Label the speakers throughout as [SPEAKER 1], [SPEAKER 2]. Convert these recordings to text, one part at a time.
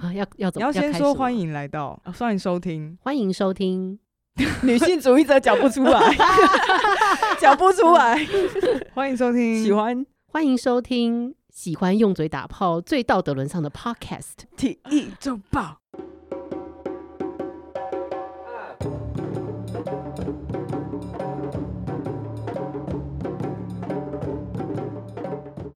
[SPEAKER 1] 啊，要要怎
[SPEAKER 2] 你
[SPEAKER 1] 么？
[SPEAKER 2] 要先说欢
[SPEAKER 1] 迎
[SPEAKER 2] 迎来到，
[SPEAKER 3] 哦
[SPEAKER 2] 啊欢迎收听
[SPEAKER 1] 欢迎收听，
[SPEAKER 3] 女性主义者 讲不出来，讲不出来，
[SPEAKER 2] 欢迎收听，
[SPEAKER 3] 喜欢
[SPEAKER 1] 欢迎收听喜欢用嘴打炮、最道德沦丧的 Podcast。
[SPEAKER 2] 体育周报。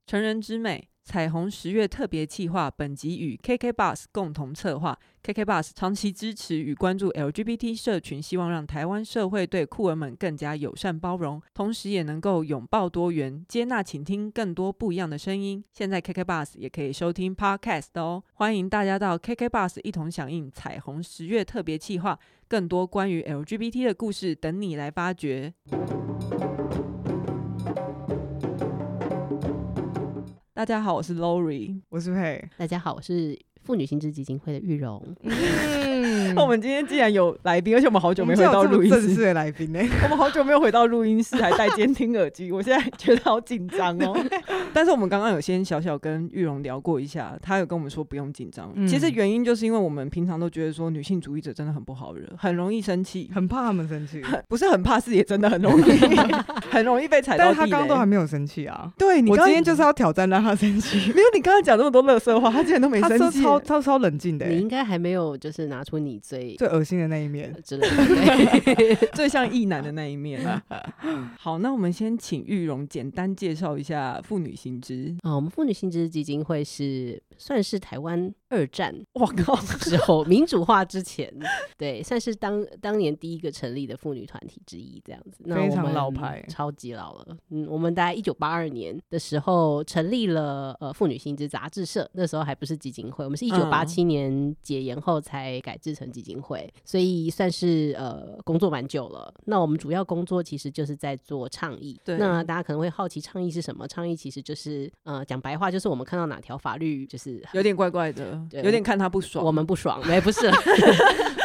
[SPEAKER 3] 成人之美。彩虹十月特别企划本集与 KK Bus 共同策划，KK Bus 长期支持与关注 LGBT 社群，希望让台湾社会对酷儿们更加友善包容，同时也能够拥抱多元，接纳倾听更多不一样的声音。现在 KK Bus 也可以收听 Podcast 哦，欢迎大家到 KK Bus 一同响应彩虹十月特别企划，更多关于 LGBT 的故事等你来发掘。大家好，我是 Lori。
[SPEAKER 2] 我是佩，
[SPEAKER 1] 大家好，我是妇女心智基金会的玉荣。
[SPEAKER 2] 嗯
[SPEAKER 3] 我们今天既然有来宾，而且我们好久没回到
[SPEAKER 2] 我们
[SPEAKER 3] 录
[SPEAKER 2] 今天有
[SPEAKER 3] 音
[SPEAKER 2] 这么正
[SPEAKER 3] 室
[SPEAKER 2] 式，的来宾呢，欸
[SPEAKER 3] 我们好久没有回到录音室，还戴监听耳机，我现在觉得好紧张 哦。但是我们刚刚有先小小跟玉荣聊过一下，他有跟我们说不用紧张。
[SPEAKER 2] 嗯
[SPEAKER 3] 其实原因就是因为我们平常都觉得说女性主义者真的很不好惹，很容易生 气，
[SPEAKER 2] 很怕他们生气，
[SPEAKER 3] 不是很怕是也真的很容 易，很容易被踩
[SPEAKER 2] 但
[SPEAKER 3] 到
[SPEAKER 2] 是他
[SPEAKER 3] 地
[SPEAKER 2] 刚刚都还
[SPEAKER 3] 雷。
[SPEAKER 2] 没有生气啊。
[SPEAKER 3] 对你
[SPEAKER 2] 我
[SPEAKER 3] 刚
[SPEAKER 2] 今
[SPEAKER 3] 刚
[SPEAKER 2] 天就是要挑战让他生气，
[SPEAKER 3] 没有你刚刚讲那么多乐色话， 他竟然都没
[SPEAKER 2] 他
[SPEAKER 3] 生
[SPEAKER 2] 超
[SPEAKER 3] 气。
[SPEAKER 2] 超超超冷静的欸，
[SPEAKER 1] 你应该还没有就是拿出你最呃
[SPEAKER 2] 最恶心的那一面。
[SPEAKER 1] 之类的。
[SPEAKER 3] 最像异男的那一面。啊好，那我们先请玉荣简单介绍一下妇女行知。
[SPEAKER 1] 啊、我们妇女心智基金会是算是台湾二战
[SPEAKER 3] 我靠，
[SPEAKER 1] 之后民主化之前，对，算是当当年第一个成立的妇女团体之一，这样子。那
[SPEAKER 2] 非
[SPEAKER 1] 我
[SPEAKER 2] 常
[SPEAKER 1] 们
[SPEAKER 2] 老牌
[SPEAKER 1] 超级老了。嗯，我们大概一九八二年的时候成立了呃妇女薪资杂志社，那时候还不是基金会，我们
[SPEAKER 2] 嗯
[SPEAKER 1] 是一九八七年解严后才改制成基金会，所以算是呃工作蛮久了。那我们主要工作其实就是在做倡议。
[SPEAKER 3] 对
[SPEAKER 1] 那大家可能会好奇倡议是什么？倡议其实就是呃讲白话就是我们看到哪条法律就是
[SPEAKER 3] 有点怪怪的，
[SPEAKER 1] 对
[SPEAKER 3] 有点看他不爽。
[SPEAKER 1] 我们不爽，哎没不 是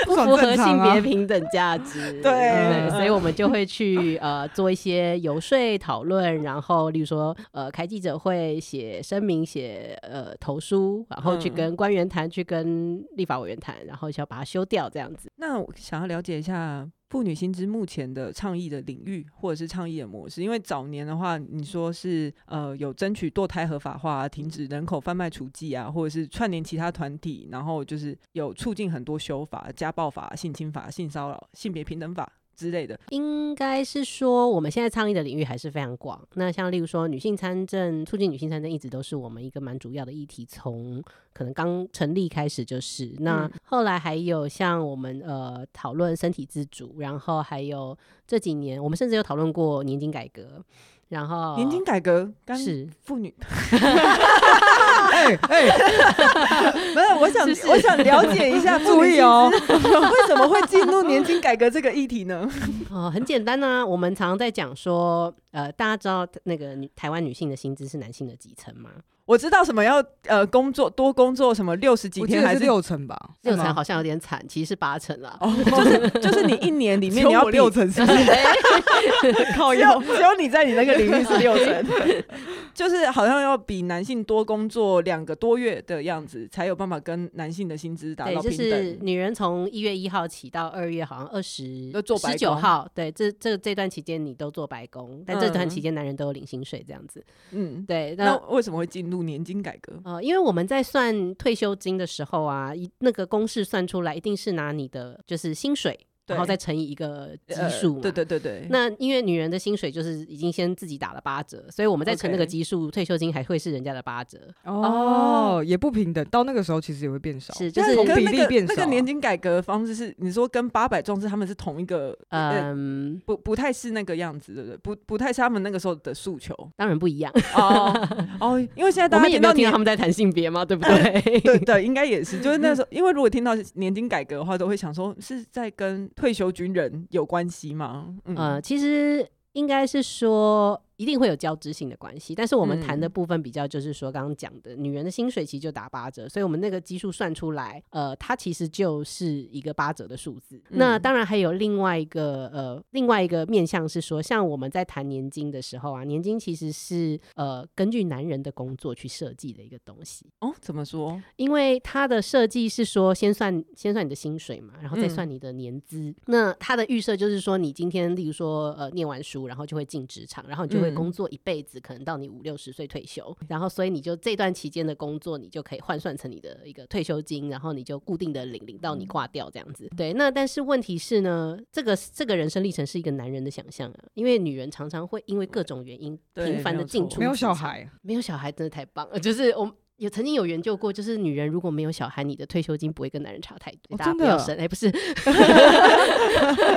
[SPEAKER 1] 不
[SPEAKER 2] 爽
[SPEAKER 1] 符合
[SPEAKER 2] 正常
[SPEAKER 1] 性
[SPEAKER 2] 啊
[SPEAKER 1] 别平等价 值，
[SPEAKER 3] 对
[SPEAKER 1] 所以我们就会去 呃做一些游说讨论，然后例如说呃开记者会、写声明、写呃投书，然后去
[SPEAKER 3] 嗯
[SPEAKER 1] 跟官员谈、去跟立法委员谈，然后就要把它修掉这样子。
[SPEAKER 3] 那我想要了解一下妇女薪资目前的倡议的领域或者是倡议的模式，因为早年的话，你说是呃有争取堕胎合法化、啊、停止人口贩卖除妓啊，或者是串联其他团体，然后就是有促进很多修法、家暴法、性侵法、性骚扰、性别平等法之类的。
[SPEAKER 1] 应该是说，我们现在倡议的领域还是非常广。那像例如说，女性参政，促进女性参政，一直都是我们一个蛮主要的议题，从可能刚成立开始就是。那
[SPEAKER 3] 嗯
[SPEAKER 1] 后来还有像我们呃讨论身体自主，然后还有这几年我们甚至有讨论过年金改革，然后
[SPEAKER 3] 年金改革干
[SPEAKER 1] 是
[SPEAKER 3] 妇女
[SPEAKER 2] 哎哎，
[SPEAKER 3] 不是，我想
[SPEAKER 1] 是是
[SPEAKER 3] 我想了解一 下妇
[SPEAKER 2] 注
[SPEAKER 3] 女
[SPEAKER 2] 意
[SPEAKER 3] 薪
[SPEAKER 2] 哦，
[SPEAKER 3] 为什么会进入年金改革这个议题 呢？
[SPEAKER 1] 哦，很简单呐、我们常常在讲说，呃，大家知道那个女台湾女性的薪资是男性的几成吗？
[SPEAKER 3] 我知道什么要呃工作多工作什么六十几
[SPEAKER 2] 我记
[SPEAKER 3] 天
[SPEAKER 2] 得
[SPEAKER 3] 还
[SPEAKER 2] 是
[SPEAKER 3] 是哦
[SPEAKER 2] 六成吧？
[SPEAKER 1] 六成
[SPEAKER 2] 是吗
[SPEAKER 1] 好像有点惨，其实是八成啦。
[SPEAKER 3] 就是就是你一年里
[SPEAKER 2] 只
[SPEAKER 3] 面
[SPEAKER 2] 有
[SPEAKER 3] 你要
[SPEAKER 2] 我
[SPEAKER 3] 比
[SPEAKER 2] 六 成是不是？
[SPEAKER 3] 靠腰，只有你在你那个领域是 六成，就是好像要比男性多工作两个多月的样子，才有办法跟男性的薪资达
[SPEAKER 1] 对，
[SPEAKER 3] 到
[SPEAKER 1] 就
[SPEAKER 3] 平
[SPEAKER 1] 是
[SPEAKER 3] 等。
[SPEAKER 1] 女人从一月一号起到二月，好像二十
[SPEAKER 3] 都做白
[SPEAKER 1] 十九
[SPEAKER 3] 工
[SPEAKER 1] 号，对，这这这段期间你都做白工，但这段
[SPEAKER 3] 嗯
[SPEAKER 1] 期间男人都有领薪水这样子。
[SPEAKER 3] 嗯，
[SPEAKER 1] 对，那
[SPEAKER 3] 那为什么会进入年金改革？
[SPEAKER 1] 呃，因为我们在算退休金的时候啊，一那个公式算出来一定是拿你的就是薪水，然后
[SPEAKER 3] 对
[SPEAKER 1] 再乘以一个基
[SPEAKER 3] 呃
[SPEAKER 1] 数、
[SPEAKER 3] 对。对对对，
[SPEAKER 1] 那因为女人的薪水就是已经先自己打了八折，所以我们再乘那个
[SPEAKER 3] OK
[SPEAKER 1] 基数，退休金还会是人家的八折。
[SPEAKER 2] 哦，也不平等，到那个时候其实也会变少。
[SPEAKER 1] 是，就
[SPEAKER 3] 但
[SPEAKER 1] 是
[SPEAKER 2] 同
[SPEAKER 3] 跟
[SPEAKER 2] 比
[SPEAKER 3] 那
[SPEAKER 2] 例
[SPEAKER 3] 个
[SPEAKER 2] 变
[SPEAKER 3] 那
[SPEAKER 2] 少
[SPEAKER 3] 个
[SPEAKER 2] 啊
[SPEAKER 3] 年金改革的方式是，你说跟八百壮士他们是同一个，呃，
[SPEAKER 1] 嗯，
[SPEAKER 3] 不不太是那个样子，对不对？不不太是他们那个时候的诉 求。
[SPEAKER 1] 当然不 一样。
[SPEAKER 3] 哦哦，因为现在
[SPEAKER 1] 我
[SPEAKER 3] 大家
[SPEAKER 1] 们也
[SPEAKER 3] 听
[SPEAKER 1] 没
[SPEAKER 3] 到
[SPEAKER 1] 有听到
[SPEAKER 3] 年
[SPEAKER 1] 他们在谈性别嘛，对不对？
[SPEAKER 3] 对对，应该也是，就是那时候，因为如果听到年金改革的话，都会想说是在
[SPEAKER 1] 呃
[SPEAKER 3] 跟退休军人有关系吗？嗯，
[SPEAKER 1] 呃，其实应该是说，一定会有交织性的关系。但是我们谈的
[SPEAKER 3] 嗯
[SPEAKER 1] 部分比较就是说，刚刚讲的，女人的薪水其实就打八折，所以我们那个基数算出来，呃，它其实就是一个八折的数字。那
[SPEAKER 3] 嗯
[SPEAKER 1] 当然还有另外一个呃，另外一个面向是说，像我们在谈年金的时候啊，年金其实是呃根据男人的工作去设计的一个东西。
[SPEAKER 3] 哦，怎么说？
[SPEAKER 1] 因为它的设计是说，先算先算你的薪水嘛，然后再
[SPEAKER 3] 嗯
[SPEAKER 1] 算你的年资。那它的预设就是说，你今天例如说呃念完书，然后就会进职场，然后你就会
[SPEAKER 3] 嗯
[SPEAKER 1] 工作一辈子，可能到你五六十岁退休。然后所以你就这段期间的工作，你就可以换算成你的一个退休金，然后你就固定的领领到
[SPEAKER 3] 嗯
[SPEAKER 1] 你挂掉这样子。对，那但是问题是呢，这个这个人生历程是一个男人的想象啊，因为女人常常会因为各种原因
[SPEAKER 3] 对
[SPEAKER 1] 频繁
[SPEAKER 3] 没
[SPEAKER 1] 的
[SPEAKER 3] 有
[SPEAKER 1] 进
[SPEAKER 3] 错
[SPEAKER 1] 出
[SPEAKER 2] 没有
[SPEAKER 1] 职
[SPEAKER 2] 小
[SPEAKER 1] 场
[SPEAKER 2] 孩，
[SPEAKER 1] 没有小孩真的太棒了，就是我们。有曾经有研究过，就是女人如果没有小孩，你的退休金不会跟男人差太多，
[SPEAKER 2] 哦
[SPEAKER 1] 大家
[SPEAKER 2] 真
[SPEAKER 1] 不
[SPEAKER 2] 的
[SPEAKER 1] 要生。哎、不是，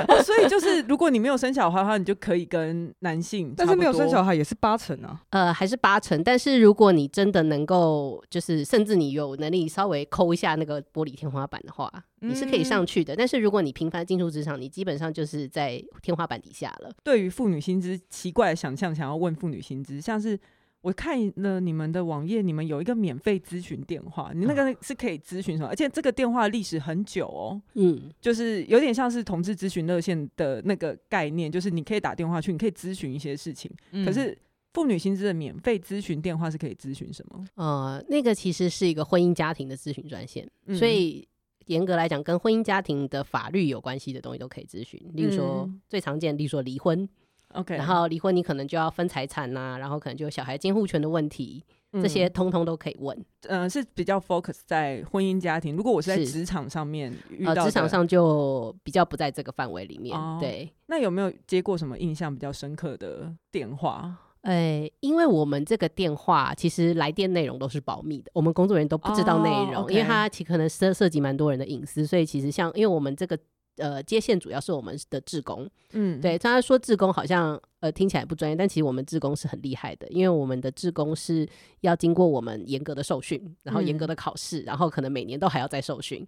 [SPEAKER 3] 哦所以就是，如果你没有生小孩的话，你就可以跟男性，
[SPEAKER 2] 但是没有生小，孩也是八成啊。
[SPEAKER 1] 呃，还是八成。但是如果你真的能够，就是甚至你有能力稍微抠一下那个玻璃天花板的话，你是可
[SPEAKER 2] 嗯
[SPEAKER 1] 以上去的。但是如果你频繁进出职场，你基本上就是在天花板底下了。
[SPEAKER 3] 对于妇女薪资奇怪的想象，想要问妇女薪资，像是我看了你们的网页，你们有一个免费咨询电话，
[SPEAKER 1] 嗯
[SPEAKER 3] 你那个是可以咨询什么？而且这个电话历史很久哦，
[SPEAKER 1] 嗯，
[SPEAKER 3] 就是有点像是同志咨询热线的那个概念，就是你可以打电话去，你可以咨询一些事情。
[SPEAKER 2] 嗯
[SPEAKER 3] 可是妇女薪资的免费咨询电话是可以咨询什么？
[SPEAKER 1] 呃，那个其实是一个婚姻家庭的咨询专线。
[SPEAKER 3] 嗯
[SPEAKER 1] 所以严格来讲，跟婚姻家庭的法律有关系的东西都可以咨询，例如说、
[SPEAKER 3] 嗯
[SPEAKER 1] 最常见，例如说离婚，
[SPEAKER 3] OK，
[SPEAKER 1] 然后离婚你可能就要分财产呐、然后可能就有小孩监护权的问题，这些
[SPEAKER 3] 嗯
[SPEAKER 1] 通通都可以问。
[SPEAKER 3] 呃是比较 focus 在婚姻家庭。如果我是在
[SPEAKER 1] 是
[SPEAKER 3] 职场上面遇到
[SPEAKER 1] 呃，
[SPEAKER 3] 的
[SPEAKER 1] 职场上就比较不在这个范围里面，
[SPEAKER 3] 哦
[SPEAKER 1] 对。
[SPEAKER 3] 那有没有接过什么印象比较深刻的电话？
[SPEAKER 1] 呃，因为我们这个电话其实来电内容都是保密的，我们工作人员都不知道内
[SPEAKER 3] 哦
[SPEAKER 1] 容，
[SPEAKER 3] ，OK
[SPEAKER 1] 因为它其可能涉涉及蛮多人的隐私，所以其实像因为我们这个呃接线主要是我们的志工，
[SPEAKER 3] 嗯，
[SPEAKER 1] 对，大家说志工好像呃听起来不专业，但其实我们志工是很厉害的，因为我们的志工是要经过我们严格的受训，然后严
[SPEAKER 2] 嗯
[SPEAKER 1] 格的考试，然后可能每年都还要再受训。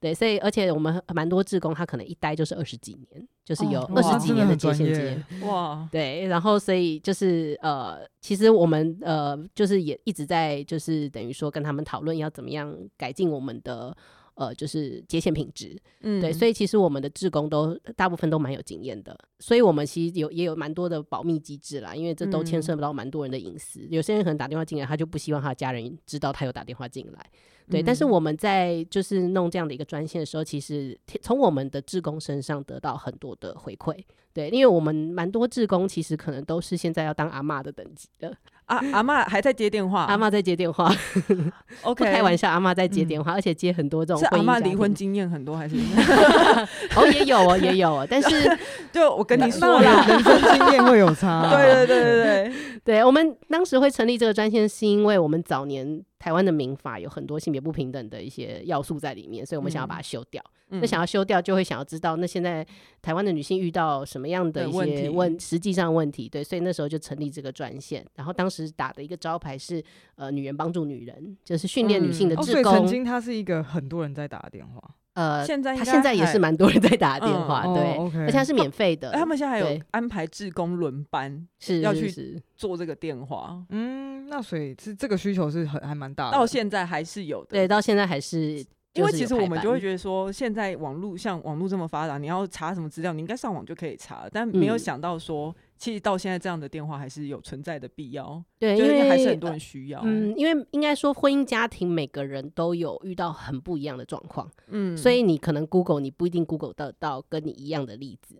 [SPEAKER 1] 对，所以而且我们蛮多志工，他可能一待就是二十几年，就是
[SPEAKER 2] 哦
[SPEAKER 1] 有
[SPEAKER 2] 哇
[SPEAKER 1] 二十几
[SPEAKER 2] 真的
[SPEAKER 1] 年的
[SPEAKER 2] 很
[SPEAKER 1] 接
[SPEAKER 2] 专
[SPEAKER 1] 线
[SPEAKER 2] 业
[SPEAKER 1] 经验。
[SPEAKER 3] 哇，
[SPEAKER 1] 对，然后所以就是呃，其实我们呃，就是也一直在就是等于说跟他们讨论要怎么样改进我们的呃，就是接线品质。
[SPEAKER 3] 嗯
[SPEAKER 1] 对，所以其实我们的志工都大部分都蛮有经验的，所以我们其实有也有蛮多的保密机制啦，因为这都牵
[SPEAKER 3] 嗯
[SPEAKER 1] 涉到蛮多人的隐私。有些人可能打电话进来，他就不希望他的家人知道他有打电话进来，对。但是
[SPEAKER 3] 嗯
[SPEAKER 1] 我们在就是弄这样的一个专线的时候，其实贴从我们的志工身上得到很多的回馈，对，因为我们蛮多志工其实可能都是现在要当阿嬷的等级的，
[SPEAKER 3] 阿啊阿妈还在接电话，
[SPEAKER 1] 阿嬷在接电话，不
[SPEAKER 3] OK，
[SPEAKER 1] 开玩笑，阿嬷在接
[SPEAKER 3] 嗯
[SPEAKER 1] 电话，而且接很多这种
[SPEAKER 3] 是阿
[SPEAKER 1] 婚姻
[SPEAKER 3] 妈
[SPEAKER 1] 家
[SPEAKER 3] 离婚
[SPEAKER 1] 庭
[SPEAKER 3] 经验很多 还是？
[SPEAKER 1] 哦，也有哦，也有哦，但是。
[SPEAKER 3] 就我跟你说
[SPEAKER 2] 当
[SPEAKER 3] 啦
[SPEAKER 2] 然，人生经验会有差啊、
[SPEAKER 3] 对对 对对对，
[SPEAKER 1] 对我们当时会成立这个专线，是因为我们早年台湾的民法有很多性别不平等的一些要素在里面，所以我们想要把它修掉。那
[SPEAKER 3] 嗯
[SPEAKER 1] 想要修掉，就会想要知道那现在台湾的女性遇到什么样的
[SPEAKER 3] 的
[SPEAKER 1] 一
[SPEAKER 3] 问
[SPEAKER 1] 些
[SPEAKER 3] 题
[SPEAKER 1] 问实际上问题。对，所以那时候就成立这个专线，然后当时打的一个招牌是呃，女人帮助女人，就是训练女性的
[SPEAKER 3] 嗯
[SPEAKER 2] 哦，
[SPEAKER 1] 志
[SPEAKER 2] 所以
[SPEAKER 1] 工。
[SPEAKER 2] 曾经他是一个很多人在打的电话，
[SPEAKER 1] 呃，
[SPEAKER 3] 现在应
[SPEAKER 1] 他
[SPEAKER 3] 该
[SPEAKER 1] 现在也是
[SPEAKER 3] 还。嗯
[SPEAKER 1] 蛮多人在打电话，
[SPEAKER 2] 哦
[SPEAKER 1] 啊对，
[SPEAKER 2] ，OK
[SPEAKER 1] 而且它是免费的，
[SPEAKER 3] 哎他们现在还有
[SPEAKER 1] 对
[SPEAKER 3] 安排志工轮班
[SPEAKER 1] 是
[SPEAKER 3] 要
[SPEAKER 1] 是
[SPEAKER 3] 去
[SPEAKER 1] 是
[SPEAKER 3] 做这个电话，
[SPEAKER 2] 嗯，那所以是这个需求是很还蛮大的。
[SPEAKER 3] 到现在还是有的。
[SPEAKER 1] 对，，到现在还是。
[SPEAKER 3] 因为
[SPEAKER 1] 就是
[SPEAKER 3] 其
[SPEAKER 1] 有
[SPEAKER 3] 实我
[SPEAKER 1] 排
[SPEAKER 3] 们
[SPEAKER 1] 班
[SPEAKER 3] 就会觉得说，现在网络像网络这么发达，你要查什么资料，你应该上网就可以查，但没有
[SPEAKER 1] 嗯
[SPEAKER 3] 想到说，其实到现在这样的电话还是有存在的必要，
[SPEAKER 1] 对，
[SPEAKER 3] 就
[SPEAKER 1] 因
[SPEAKER 3] 是
[SPEAKER 1] 为
[SPEAKER 3] 还是很多人需要。
[SPEAKER 1] 嗯，因为应该说婚姻家庭每个人都有遇到很不一样的状况，
[SPEAKER 3] 嗯
[SPEAKER 1] 所以你可能 Google 你不一定 Google 得到跟你一样的例子，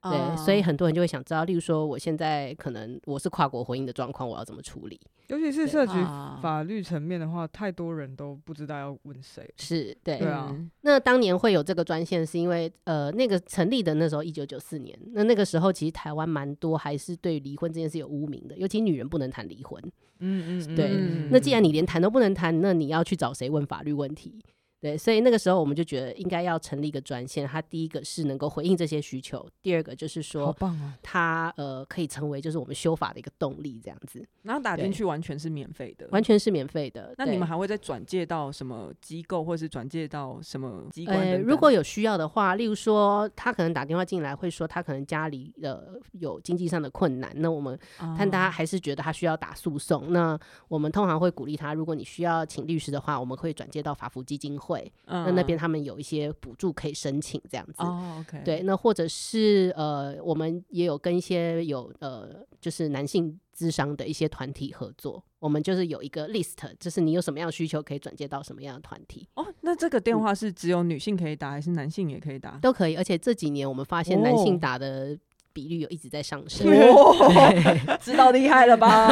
[SPEAKER 1] 对，所以
[SPEAKER 3] 啊
[SPEAKER 1] 很多人就会想知道，例如说我现在可能我是跨国婚姻的状况，我要怎么处理？
[SPEAKER 2] 尤其是涉及
[SPEAKER 3] 啊
[SPEAKER 2] 法律层面的话，太多人都不知道要问谁。
[SPEAKER 1] 是对。
[SPEAKER 2] 对啊
[SPEAKER 3] 嗯
[SPEAKER 1] 那当年会有这个专线，是因为呃，那个成立的那时候一九九四年，那那个时候其实台湾蛮多还是对离婚这件事有污名的，尤其女人不能谈离婚。
[SPEAKER 2] 嗯嗯，
[SPEAKER 1] 对
[SPEAKER 3] 嗯
[SPEAKER 1] 那既然你连谈都不能谈，那你要去找谁问法律问题？对，所以那个时候我们就觉得应该要成立一个专线，它第一个是能够回应这些需求，第二个就是
[SPEAKER 2] 好
[SPEAKER 1] 说
[SPEAKER 2] 棒哦！
[SPEAKER 1] 它呃可以成为就是我们修法的一个动力，这样子
[SPEAKER 3] 然后打进
[SPEAKER 1] 对
[SPEAKER 3] 去完全是免费的，
[SPEAKER 1] 完全是免费的。
[SPEAKER 3] 那你
[SPEAKER 1] 对
[SPEAKER 3] 们还会再转介到什么机构，或是转介到什么机关等
[SPEAKER 1] 呃，
[SPEAKER 3] 等？
[SPEAKER 1] 如果有需要的话，例如说他可能打电话进来会说他可能家里呃有经济上的困难，那我们但大家
[SPEAKER 3] 啊
[SPEAKER 1] 还是觉得他需要打诉讼，那我们通常会鼓励他，如果你需要请律师的话，我们会转接到法服基金会，那那边他们有一些补助可以申请这样子。
[SPEAKER 3] 嗯哦，OK，，
[SPEAKER 1] 对，那或者是呃，我们也有跟一些有呃，就是男性咨商的一些团体合作，我们就是有一个 list，就是你有什么样的需求可以转接到什么样的团体。
[SPEAKER 3] 哦，那这个
[SPEAKER 1] 嗯
[SPEAKER 3] 电话是只有女性可以打，还是男性也可以打？
[SPEAKER 1] 都可以。而且这几年我们发现男
[SPEAKER 3] 哦
[SPEAKER 1] 性打的比率有一直在上升。
[SPEAKER 3] 哦， 知道厉害了吧？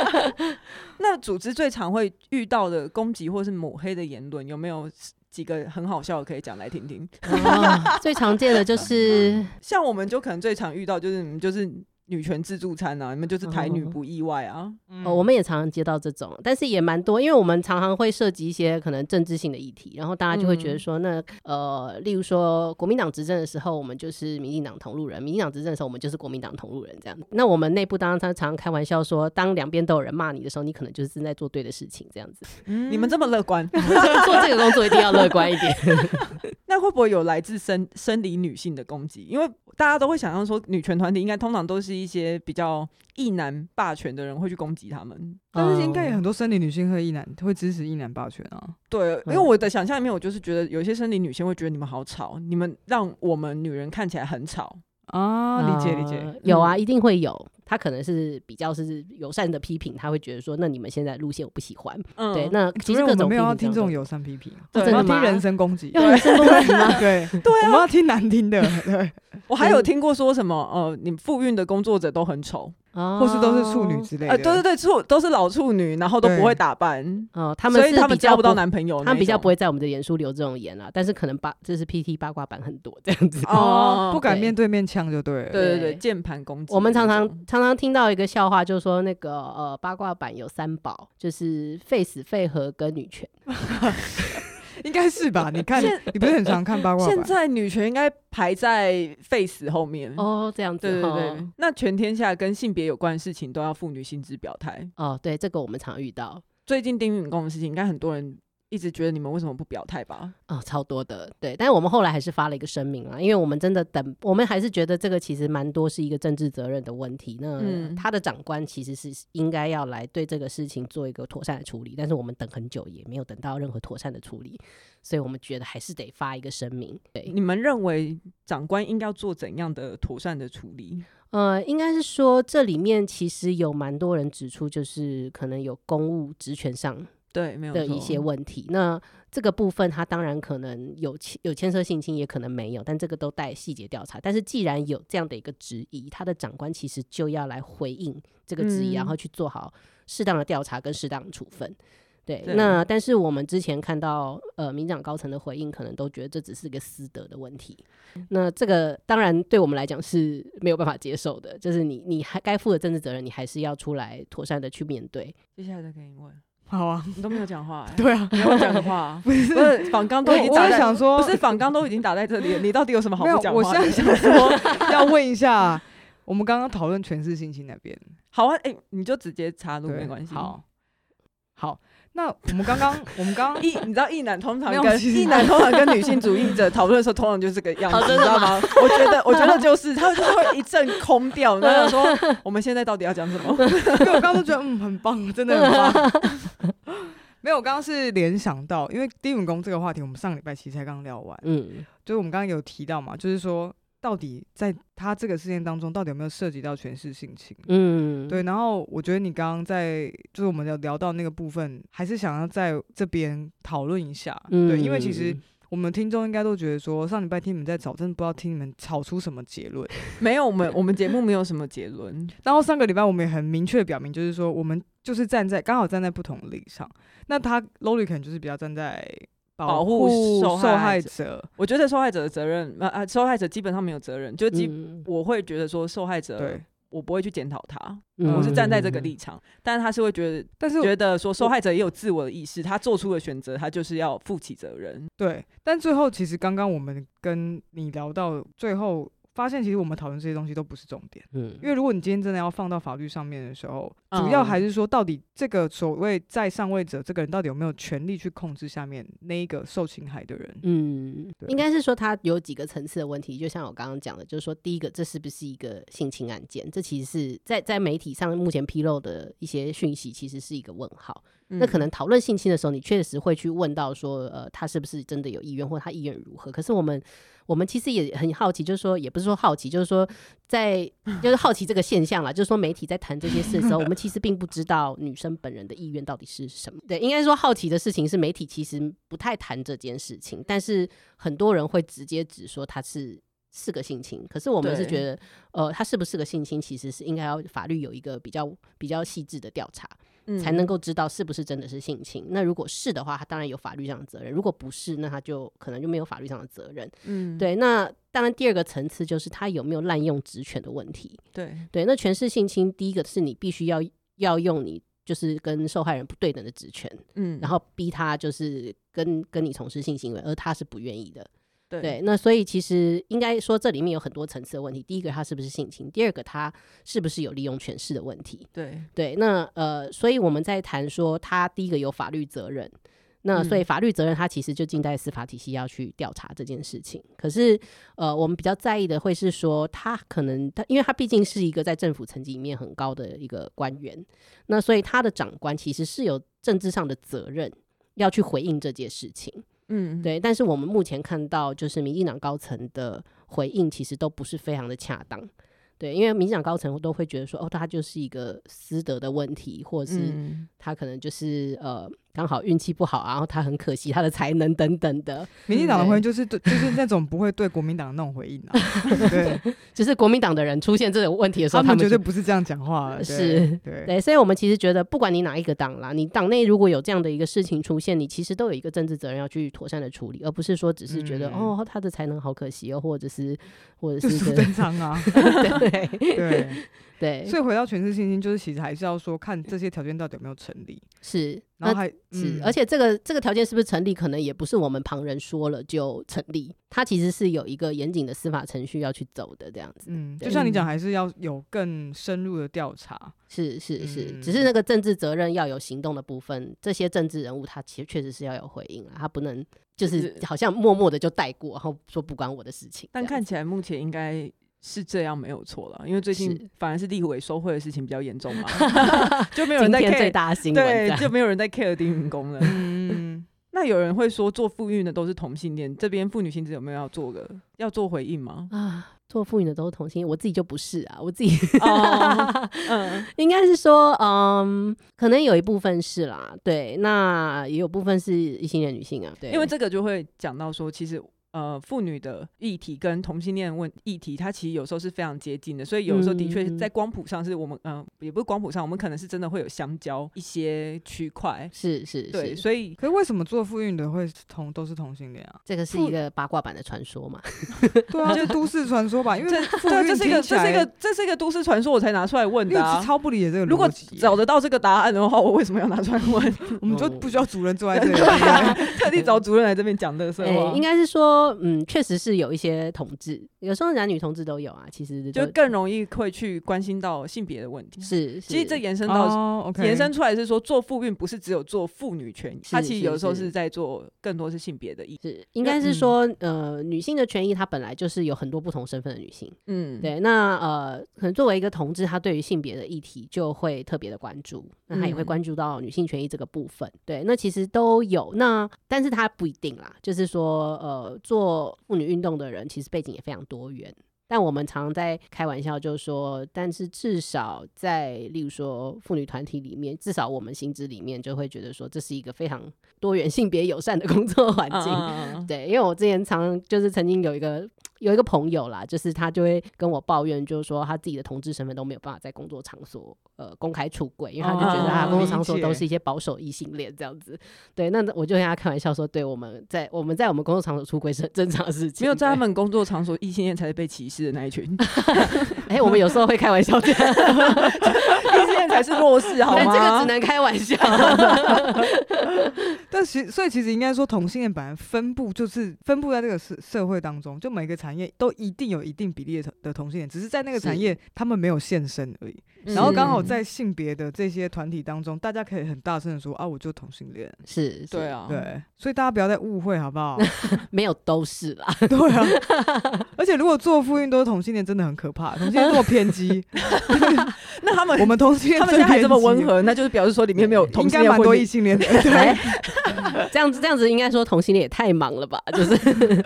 [SPEAKER 3] 那组织最常会遇到的攻击或是抹黑的言论，有没有几个很好笑的可以讲来听听？
[SPEAKER 1] 哦 最常见的就是
[SPEAKER 3] 像我们就可能最常遇到就是你们就是女权自助餐啊，你们就是台女
[SPEAKER 1] 嗯
[SPEAKER 3] 不意外啊，
[SPEAKER 1] 哦，
[SPEAKER 2] 嗯
[SPEAKER 1] 我们也常常接到这种，但是也蛮多，因为我们常常会涉及一些可能政治性的议题，然后大家就会
[SPEAKER 2] 嗯
[SPEAKER 1] 觉得说，那呃，例如说国民党执政的时候，我们就是民进党同路人；民进党执政的时候，我们就是国民党同路人。这样，那我们内部当然常常开玩笑说，当两边都有人骂你的时候，你可能就是正在做对的事情，这样 子。
[SPEAKER 2] 嗯
[SPEAKER 3] 你们这么 乐观，
[SPEAKER 1] 做这个工作一定要乐观一点。
[SPEAKER 3] 那会不会有来自生生理女性的攻击？因为大家都会想象说，女权团体应该通常都是一些比较意男霸权的人会去攻击他们。
[SPEAKER 2] 但
[SPEAKER 1] 嗯
[SPEAKER 2] 是应该也很多生理女性会一男会支持一男霸权啊。
[SPEAKER 3] 对，因为我的想象里面，我就是觉得有些生理女性会觉得你们好吵，你们让我们女人看起来很吵。
[SPEAKER 2] 啊，理解理
[SPEAKER 1] 呃
[SPEAKER 2] 解，
[SPEAKER 1] 有啊，一定会有。他可能是比较是友善的批评，他会觉得说，那你们现在路线我不喜欢。
[SPEAKER 3] 嗯
[SPEAKER 1] 对，那
[SPEAKER 2] 主
[SPEAKER 1] 其实
[SPEAKER 2] 任，我
[SPEAKER 1] 各
[SPEAKER 2] 们
[SPEAKER 1] 种
[SPEAKER 2] 没有要
[SPEAKER 1] 批
[SPEAKER 2] 听
[SPEAKER 1] 评
[SPEAKER 2] 这
[SPEAKER 1] 当
[SPEAKER 2] 种
[SPEAKER 1] 中
[SPEAKER 2] 友善批评，啊
[SPEAKER 1] 哦
[SPEAKER 2] 我
[SPEAKER 1] 真
[SPEAKER 2] 们
[SPEAKER 1] 的
[SPEAKER 2] 要
[SPEAKER 1] 吗
[SPEAKER 2] 听人身攻击。
[SPEAKER 1] 要人身
[SPEAKER 3] 啊
[SPEAKER 1] 攻击 吗？
[SPEAKER 2] 对，啊
[SPEAKER 3] 对
[SPEAKER 2] 我们要听难听的，对，
[SPEAKER 3] 我还有听过说什么，呃，你妇运的工作者都很丑，
[SPEAKER 1] 哦
[SPEAKER 2] 或是都是处女。之类
[SPEAKER 3] 呃，
[SPEAKER 2] 的。
[SPEAKER 3] 对对对，处都是老处女，然后都不会打扮，
[SPEAKER 1] 哦，他们
[SPEAKER 3] 所以
[SPEAKER 1] 是
[SPEAKER 3] 他
[SPEAKER 1] 比
[SPEAKER 3] 们
[SPEAKER 1] 较
[SPEAKER 3] 交不到，男朋友那一种，
[SPEAKER 1] 他们比较不会在我们的脸书留这种言啦、啊但是可能八就是 PT 八卦版很多这 样子。
[SPEAKER 3] 哦，
[SPEAKER 2] 不敢
[SPEAKER 1] 对
[SPEAKER 2] 面对面呛就对了。
[SPEAKER 3] 对对对，
[SPEAKER 1] 对
[SPEAKER 3] 键盘攻击的那种。
[SPEAKER 1] 我们常常常常听到一个笑话，就是说那个呃八卦版有三宝，就是废死废和跟女权。
[SPEAKER 2] 应该是吧？你看，你不是很常看八卦
[SPEAKER 3] 现
[SPEAKER 2] 版？
[SPEAKER 3] 在女权应该排在 face 后面。
[SPEAKER 1] 哦，这样子。
[SPEAKER 3] 嗯对对
[SPEAKER 1] 哦
[SPEAKER 3] 对，那全天下跟性别有关的事情都要妇女性之表态。
[SPEAKER 1] 哦，对，这个我们常遇到。
[SPEAKER 3] 最近丁允恭的事情，应该很多人一直觉得你们为什么不表态吧？
[SPEAKER 1] 哦，超多的，对，但是我们后来还是发了一个声明啊，因为我们真的等，我们还是觉得这个其实蛮多是一个政治责任的问题。那
[SPEAKER 3] 嗯
[SPEAKER 1] 他的长官其实是应该要来对这个事情做一个妥善的处理，但是我们等很久也没有等到任何妥善的处理，所以我们觉得还是得发一个声明。对，
[SPEAKER 3] 你们认为长官应该要做怎样的妥善的处理？
[SPEAKER 1] 呃，应该是说这里面其实有蛮多人指出，就是可能有公务职权上
[SPEAKER 3] 对，没有
[SPEAKER 1] 的一
[SPEAKER 3] 错
[SPEAKER 1] 些问题。那这个部分，它当然可能有牵有牵涉性侵，也可能没有，但这个都待细节调查。但是既然有这样的一个质疑，他的长官其实就要来回应这个质疑，然
[SPEAKER 3] 嗯
[SPEAKER 1] 后去做好适当的调查跟适当的处分。对，
[SPEAKER 3] 对
[SPEAKER 1] 那但是我们之前看到，呃，民长高层的回应，可能都觉得这只是个私德的问题。
[SPEAKER 3] 嗯
[SPEAKER 1] 那这个当然对我们来讲是没有办法接受的，就是你你还该负的政治责任，你还是要出来妥善的去面对。
[SPEAKER 3] 接下来再给你问，
[SPEAKER 2] 好啊，
[SPEAKER 3] 你都没有 讲话、欸，
[SPEAKER 2] 对啊，
[SPEAKER 3] 没有 讲话，不是仿刚都已经
[SPEAKER 2] 我
[SPEAKER 3] 打
[SPEAKER 2] 我
[SPEAKER 3] 在，
[SPEAKER 2] 想说
[SPEAKER 3] 不是仿刚都已经打在这里了，你到底有什么好
[SPEAKER 2] 没有
[SPEAKER 3] 不讲，
[SPEAKER 2] 我
[SPEAKER 3] 话
[SPEAKER 2] 现
[SPEAKER 3] 的？
[SPEAKER 2] 在想说要问一下，我们刚刚讨论全是性侵那边，
[SPEAKER 3] 好啊，哎、你就直接插入
[SPEAKER 2] 对，
[SPEAKER 3] 嗯没关系。
[SPEAKER 2] 好，好，那我们刚刚，我们刚 刚
[SPEAKER 3] 一，你知道一男通常
[SPEAKER 2] 没有
[SPEAKER 3] 跟
[SPEAKER 2] 其实
[SPEAKER 3] 一男通常跟 女性主义者讨论的时候，通常就是这个样子，
[SPEAKER 1] 哦
[SPEAKER 3] 你
[SPEAKER 1] 真
[SPEAKER 3] 知
[SPEAKER 1] 的
[SPEAKER 3] 道吗？我觉得，我觉得就是他就是会一阵空 掉，然后想
[SPEAKER 2] 嗯
[SPEAKER 3] 说我们现在到底要讲什么？
[SPEAKER 2] 对我刚刚都觉得嗯很棒，真的很棒。没有，我刚刚是联想到，因为低允工这个话题，我们上礼拜其实才刚聊完，
[SPEAKER 1] 嗯，
[SPEAKER 2] 就是我们刚刚有提到嘛，就是说到底在他这个事件当中，到底有没有涉及到权势性侵？
[SPEAKER 1] 嗯，
[SPEAKER 2] 对，然后我觉得你刚刚在就是我们有聊到那个部分，还是想要在这边讨论一下，
[SPEAKER 1] 嗯，
[SPEAKER 2] 对，因为其实我们听众应该都觉得说上礼拜听你们在吵，真的不知道听你们吵出什么结论。
[SPEAKER 3] 没有，我们我们节目没有什么结论。
[SPEAKER 2] 然后上个礼拜我们也很明确地表明，就是说我们就是站在刚好站在不同的立场，那他 Lowly 可能就是比较站在
[SPEAKER 3] 保护
[SPEAKER 2] 护
[SPEAKER 3] 受
[SPEAKER 2] 受
[SPEAKER 3] 害
[SPEAKER 2] 害
[SPEAKER 3] 者
[SPEAKER 2] 者，
[SPEAKER 3] 我觉呃得受害者的责任，啊啊，受害者基本上没有责任，就基、
[SPEAKER 1] 嗯
[SPEAKER 3] 我会觉得说受害者
[SPEAKER 2] 对，
[SPEAKER 3] 我不会去检讨他，
[SPEAKER 1] 嗯
[SPEAKER 3] 我是站在这个立场，但是他是会觉得
[SPEAKER 2] 但是
[SPEAKER 3] 觉得说受害者也有自我的意识，他做出的选择，他就是要负起责任。
[SPEAKER 2] 对，但最后其实刚刚我们跟你聊到最后，发现其实我们讨论这些东西都不是重点，
[SPEAKER 1] 嗯
[SPEAKER 2] 因为如果你今天真的要放到法律上面的时候，主要还
[SPEAKER 3] 嗯
[SPEAKER 2] 是说到底这个所谓在上位者这个人到底有没有权利去控制下面那一个受侵害的人？
[SPEAKER 1] 嗯，
[SPEAKER 2] 对
[SPEAKER 1] 应该是说它有几个层次的问题，就像我刚刚讲的，就是说第一个，这是不是一个性侵案件？这其实是在在媒体上目前披露的一些讯息，其实是一个问号。那
[SPEAKER 3] 嗯
[SPEAKER 1] 可能讨论性侵的时候，你确实会去问到说，呃，他是不是真的有意愿，或他意愿如何？可是我们，我们其实也很好奇，就是说，也不是说好奇，就是说在就是好奇这个现象啦，就是说媒体在谈这些事的时候，我们其实并不知道女生本人的意愿到底是什么。对，应该说好奇的事情是媒体其实不太谈这件事情，但是很多人会直接只说他是。是个性侵，可是我们是
[SPEAKER 3] 对
[SPEAKER 1] 觉得，呃，他是不是个性侵，其实是应该要法律有一个比较比较细致的调查。
[SPEAKER 3] 嗯
[SPEAKER 1] 才能够知道是不是真的是性侵。那如果是的话，他当然有法律上的责任；如果不是，那他就可能就没有法律上的责任。
[SPEAKER 3] 嗯
[SPEAKER 1] 对，那当然第二个层次就是他有没有滥用职权的问题。
[SPEAKER 3] 对
[SPEAKER 1] 对，那权势性侵，第一个是你必须要要用你就是跟受害人不对等的职权，
[SPEAKER 3] 嗯
[SPEAKER 1] 然后逼他就是跟跟你从事性行为，而他是不愿意的。
[SPEAKER 3] 对
[SPEAKER 1] 对，那所以其实应该说这里面有很多层次的问题。第一个，他是不是性侵；第二个，他是不是有利用权势的问题。
[SPEAKER 3] 对
[SPEAKER 1] 对，那呃，所以我们在谈说，他第一个有法律责任，那所以
[SPEAKER 3] 嗯
[SPEAKER 1] 法律责任它其实就近代司法体系要去调查这件事情。可是呃，我们比较在意的会是说，他可能他，因为他毕竟是一个在政府层级里面很高的一个官员，那所以他的长官其实是有政治上的责任。要去回应这件事情，
[SPEAKER 3] 嗯
[SPEAKER 1] 对，但是我们目前看到，就是民进党高层的回应其实都不是非常的恰当，对，因为民进党高层都会觉得说，哦，他就是一个私德的问题，或者是
[SPEAKER 3] 嗯
[SPEAKER 1] 他可能就是、呃刚好运气不好啊，然后他很可惜他的才能等等的，
[SPEAKER 2] 民进党的
[SPEAKER 1] 对
[SPEAKER 2] 回应就是对，就是那种不会对国民党的那种回应啊，对，
[SPEAKER 1] 就是国民党的人出现这种问题的时候，
[SPEAKER 2] 他
[SPEAKER 1] 他
[SPEAKER 2] 们绝对
[SPEAKER 1] 就
[SPEAKER 2] 不是这样讲话的，对
[SPEAKER 1] 是
[SPEAKER 2] 对
[SPEAKER 1] 对，所以我们其实觉得，不管你哪一个党啦，你党内如果有这样的一个事情出现，你其实都有一个政治责任要去妥善的处理，而不是说只是觉得、
[SPEAKER 2] 嗯
[SPEAKER 1] 哦他的才能好可惜哦，或者是或者
[SPEAKER 2] 就是苏
[SPEAKER 1] 一个
[SPEAKER 2] 贞昌啊，
[SPEAKER 1] 对
[SPEAKER 2] 对，
[SPEAKER 1] 对
[SPEAKER 2] 所以回到全市信心，就是其实还是要说看这些条件到底有没有成立，
[SPEAKER 1] 是，那
[SPEAKER 2] 然后还
[SPEAKER 1] 是
[SPEAKER 2] 嗯，
[SPEAKER 1] 而且这个这个条件是不是成立，可能也不是我们旁人说了就成立，它其实是有一个严谨的司法程序要去走的，这样子。
[SPEAKER 2] 嗯，
[SPEAKER 1] 对
[SPEAKER 2] 就像你讲，还是要有更深入的调查，
[SPEAKER 1] 是是是，只
[SPEAKER 2] 嗯
[SPEAKER 1] 是那个政治责任要有行动的部分，这些政治人物他其实确实是要有回应啊，他不能就
[SPEAKER 3] 就是
[SPEAKER 1] 好像默默的就带过，然后说不关我的事情。这
[SPEAKER 3] 但
[SPEAKER 1] 样
[SPEAKER 3] 看
[SPEAKER 1] 子
[SPEAKER 3] 起来目前应该是这样没有错了，因为最
[SPEAKER 1] 是
[SPEAKER 3] 近反而是立委收贿的事情比较严 重嘛， 就没有人
[SPEAKER 1] 今
[SPEAKER 3] 在
[SPEAKER 1] 天最
[SPEAKER 3] care，
[SPEAKER 1] 大的新闻这
[SPEAKER 3] 对，
[SPEAKER 1] 样，？
[SPEAKER 3] 就没有人在 care 丁云公了。
[SPEAKER 2] 嗯，
[SPEAKER 3] 那有人会说做妇运的都是同性恋，这边妇女性质有没有要做个要做回应吗
[SPEAKER 1] 啊，做妇女的都是同性恋，我自己就不是啊，我自己
[SPEAKER 3] 哦，嗯，
[SPEAKER 1] 应该是说，嗯，可能有一部分是啦，对，那也有部分是异性恋女性啊，对，
[SPEAKER 3] 因为这个就会讲到说，其实呃，妇女的议题跟同性恋问议题，它其实有时候是非常接近的，所以有时候的确
[SPEAKER 1] 嗯嗯嗯
[SPEAKER 3] 在光谱上是我们，嗯、也不是光谱上，我们可能是真的会有相交一些区块，
[SPEAKER 1] 是是
[SPEAKER 3] 对，
[SPEAKER 1] 是，
[SPEAKER 3] 所以
[SPEAKER 2] 可是为什么做妇运的会是同都是同性恋啊？
[SPEAKER 1] 这个是一个八卦版的传说嘛，
[SPEAKER 2] 对 啊，就都市传说吧，因为
[SPEAKER 3] 这
[SPEAKER 2] 妇
[SPEAKER 3] 这
[SPEAKER 2] 运
[SPEAKER 3] 这是一
[SPEAKER 2] 听
[SPEAKER 3] 个
[SPEAKER 2] 起
[SPEAKER 3] 这是
[SPEAKER 2] 来
[SPEAKER 3] 一个这是一个都市传说，我才拿出来问
[SPEAKER 2] 因
[SPEAKER 3] 的、
[SPEAKER 2] 为
[SPEAKER 3] 啊。
[SPEAKER 2] 超不理解这个
[SPEAKER 3] 如果
[SPEAKER 2] 逻辑
[SPEAKER 3] 找得哦到这个答案的话，我为什么要拿出来问？
[SPEAKER 2] 我们就不需要主任坐在这
[SPEAKER 3] 对
[SPEAKER 2] 里。
[SPEAKER 3] 啊，特地找主任来这边讲乐色
[SPEAKER 1] 哎、
[SPEAKER 3] 话
[SPEAKER 1] 应，该是说，嗯，确实是有一些同志，有时候男女同志都有啊，其实
[SPEAKER 3] 就
[SPEAKER 1] 都
[SPEAKER 3] 更容易会去关心到性别的问题。
[SPEAKER 1] 是，
[SPEAKER 3] 其实
[SPEAKER 1] 是
[SPEAKER 3] 这延伸到
[SPEAKER 2] 哦，OK，
[SPEAKER 3] 延伸出来是说，做妇运不是只有做妇女权益，它
[SPEAKER 1] 是
[SPEAKER 3] 其实
[SPEAKER 1] 是
[SPEAKER 3] 有时候
[SPEAKER 1] 是
[SPEAKER 3] 是在做更多是性别的议题。
[SPEAKER 1] 是应该是说，呃，女性的权益它本来就是有很多不同身份的女性，
[SPEAKER 3] 嗯，
[SPEAKER 1] 对，那呃，可能作为一个同志，他对于性别的议题就会特别的关注，那他也会
[SPEAKER 3] 嗯
[SPEAKER 1] 关注到女性权益这个部分。对，那其实都有，那但是他不一定啦，就是说，呃，做妇女运动的人其实背景也非常多元。但我们常常在开玩笑，就是说，但是至少在例如说妇女团体里面，至少我们心知里面就会觉得说，这是一个非常多元性别友善的工作环
[SPEAKER 3] 嗯，
[SPEAKER 1] 境。
[SPEAKER 3] 嗯嗯嗯
[SPEAKER 1] 对，因为我之前常就是曾经有一个有一个朋友啦，就是他就会跟我抱怨，就是说他自己的同志身份都没有办法在工作场所呃公开出柜，因为他就觉得他
[SPEAKER 3] 哦
[SPEAKER 1] 工作场所
[SPEAKER 2] 理解
[SPEAKER 1] 都是一些保守异性恋这样子。对，那我就跟他开玩笑说，对我们在我们在我们工作场所出柜是很正常的事情，
[SPEAKER 3] 没有在他们工作场所，异性恋才是被歧视的那一群，
[SPEAKER 1] 哎、我们有时候会开玩笑这样，
[SPEAKER 3] 异性恋才是弱势，好吗？
[SPEAKER 1] 但这个只能开玩 笑。
[SPEAKER 2] 但其所以其实应该说，同性恋本来分布就是分布在这个社社会当中，就每个产业都一定有一定比例的的同性恋，只是在那个产
[SPEAKER 1] 是
[SPEAKER 2] 业他们没有现身而已。
[SPEAKER 3] 嗯
[SPEAKER 2] 然后刚好在性别的这些团体当中，大家可以很大声的说啊，我就同性恋。
[SPEAKER 1] 是，是
[SPEAKER 3] 对，啊，
[SPEAKER 2] 对，所以大家不要再误会好不好？
[SPEAKER 1] 没有都是啦。
[SPEAKER 2] 对啊， 而且如果做妇运都是同性恋，真的很可怕。同性恋这么偏激，
[SPEAKER 3] 那他们
[SPEAKER 2] 我们同性恋
[SPEAKER 3] 他们
[SPEAKER 2] 最
[SPEAKER 3] 现在还
[SPEAKER 2] 偏
[SPEAKER 3] 这么温
[SPEAKER 2] 激，啊
[SPEAKER 3] 和，那就是表示说里面没有同
[SPEAKER 2] 应
[SPEAKER 3] 性
[SPEAKER 2] 该
[SPEAKER 3] 恋
[SPEAKER 2] 蛮
[SPEAKER 3] 混
[SPEAKER 2] 多
[SPEAKER 3] 进
[SPEAKER 2] 异性 恋的。对，
[SPEAKER 1] 哎 这样子，这样子应该说同性恋也太忙了吧？就是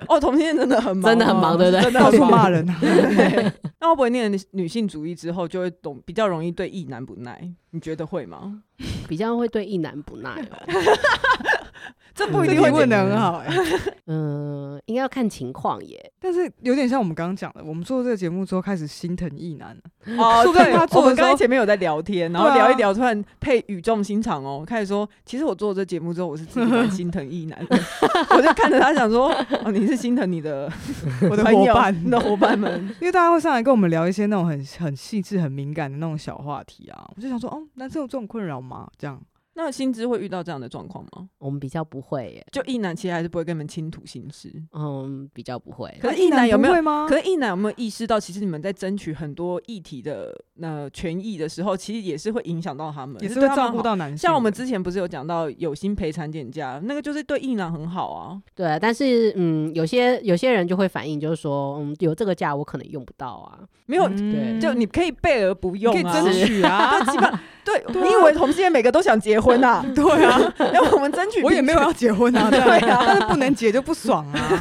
[SPEAKER 3] 哦，同性恋真的很忙哦，
[SPEAKER 1] 真的很忙对不对
[SPEAKER 3] 真的
[SPEAKER 2] 到
[SPEAKER 3] 很
[SPEAKER 2] 处
[SPEAKER 3] 忙
[SPEAKER 2] 骂。 人啊。
[SPEAKER 3] 对那会不会念女性主义之后，就会懂比较容易对异男不耐？你觉得会吗？
[SPEAKER 1] 比较会对一男不耐哦。
[SPEAKER 3] 这
[SPEAKER 1] 不
[SPEAKER 3] 不
[SPEAKER 1] 一
[SPEAKER 3] 一
[SPEAKER 1] 定
[SPEAKER 2] 嗯这题
[SPEAKER 3] 定会
[SPEAKER 1] 会
[SPEAKER 2] 问的很好哎、
[SPEAKER 1] 嗯、应该要看情况耶。
[SPEAKER 2] 但是有点像我们刚刚讲的，我们做这个节目之后开始心疼异男了，
[SPEAKER 3] 哦，
[SPEAKER 2] 说不定
[SPEAKER 3] 对
[SPEAKER 2] 他做
[SPEAKER 3] 我
[SPEAKER 2] 的时
[SPEAKER 3] 们刚才
[SPEAKER 2] 候
[SPEAKER 3] 前面有在聊天，然后
[SPEAKER 2] 对啊
[SPEAKER 3] 聊一聊，突然配语重心长哦，开始说，其实我做这节目之后，我是自己蛮心疼异 男的，我就看着他想说，哦，你是心疼你 的
[SPEAKER 2] 我的
[SPEAKER 3] 朋
[SPEAKER 2] 伙
[SPEAKER 3] 友、
[SPEAKER 2] 伴，
[SPEAKER 3] 你的伙伴 们，
[SPEAKER 2] 因为大家会上来跟我们聊一些那种很很细致、很敏感的那种小话题啊，我就想说，哦，男生有这种困扰吗？这样
[SPEAKER 3] 那薪资会遇到这样的状况吗？
[SPEAKER 2] 嗯
[SPEAKER 1] 我们嗯比较不会耶，
[SPEAKER 3] 就异男其实还是不会跟你们倾吐心事，
[SPEAKER 1] 嗯，比较不会。
[SPEAKER 3] 可是异男有没有
[SPEAKER 2] 哎不会吗？
[SPEAKER 3] 可是一男有没有意识到，其实你们在争取很多议题的呃权益的时候，其实也是会影响到他们，
[SPEAKER 2] 也是
[SPEAKER 3] 对
[SPEAKER 2] 会
[SPEAKER 3] 他们
[SPEAKER 2] 照顾
[SPEAKER 3] 好。
[SPEAKER 2] 到男性的，
[SPEAKER 3] 像我们之前不是有讲到有薪陪产检假，那个就是对一男很好啊。
[SPEAKER 1] 对啊，但是嗯，有些有些人就会反映，就是说，嗯，有这个假我可能用不到啊。
[SPEAKER 3] 没有，
[SPEAKER 1] 对
[SPEAKER 3] 就你可嗯以备而不用
[SPEAKER 2] 嗯可以
[SPEAKER 3] 啊，
[SPEAKER 2] 争取 啊，
[SPEAKER 3] 对，基本对，
[SPEAKER 2] 对啊
[SPEAKER 3] 你以为同性恋每个都想结婚 啊？对啊，要我 们争取平权，
[SPEAKER 2] 我也没有要结婚 啊，对
[SPEAKER 3] 对
[SPEAKER 2] 啊，但是不能结就不爽啊，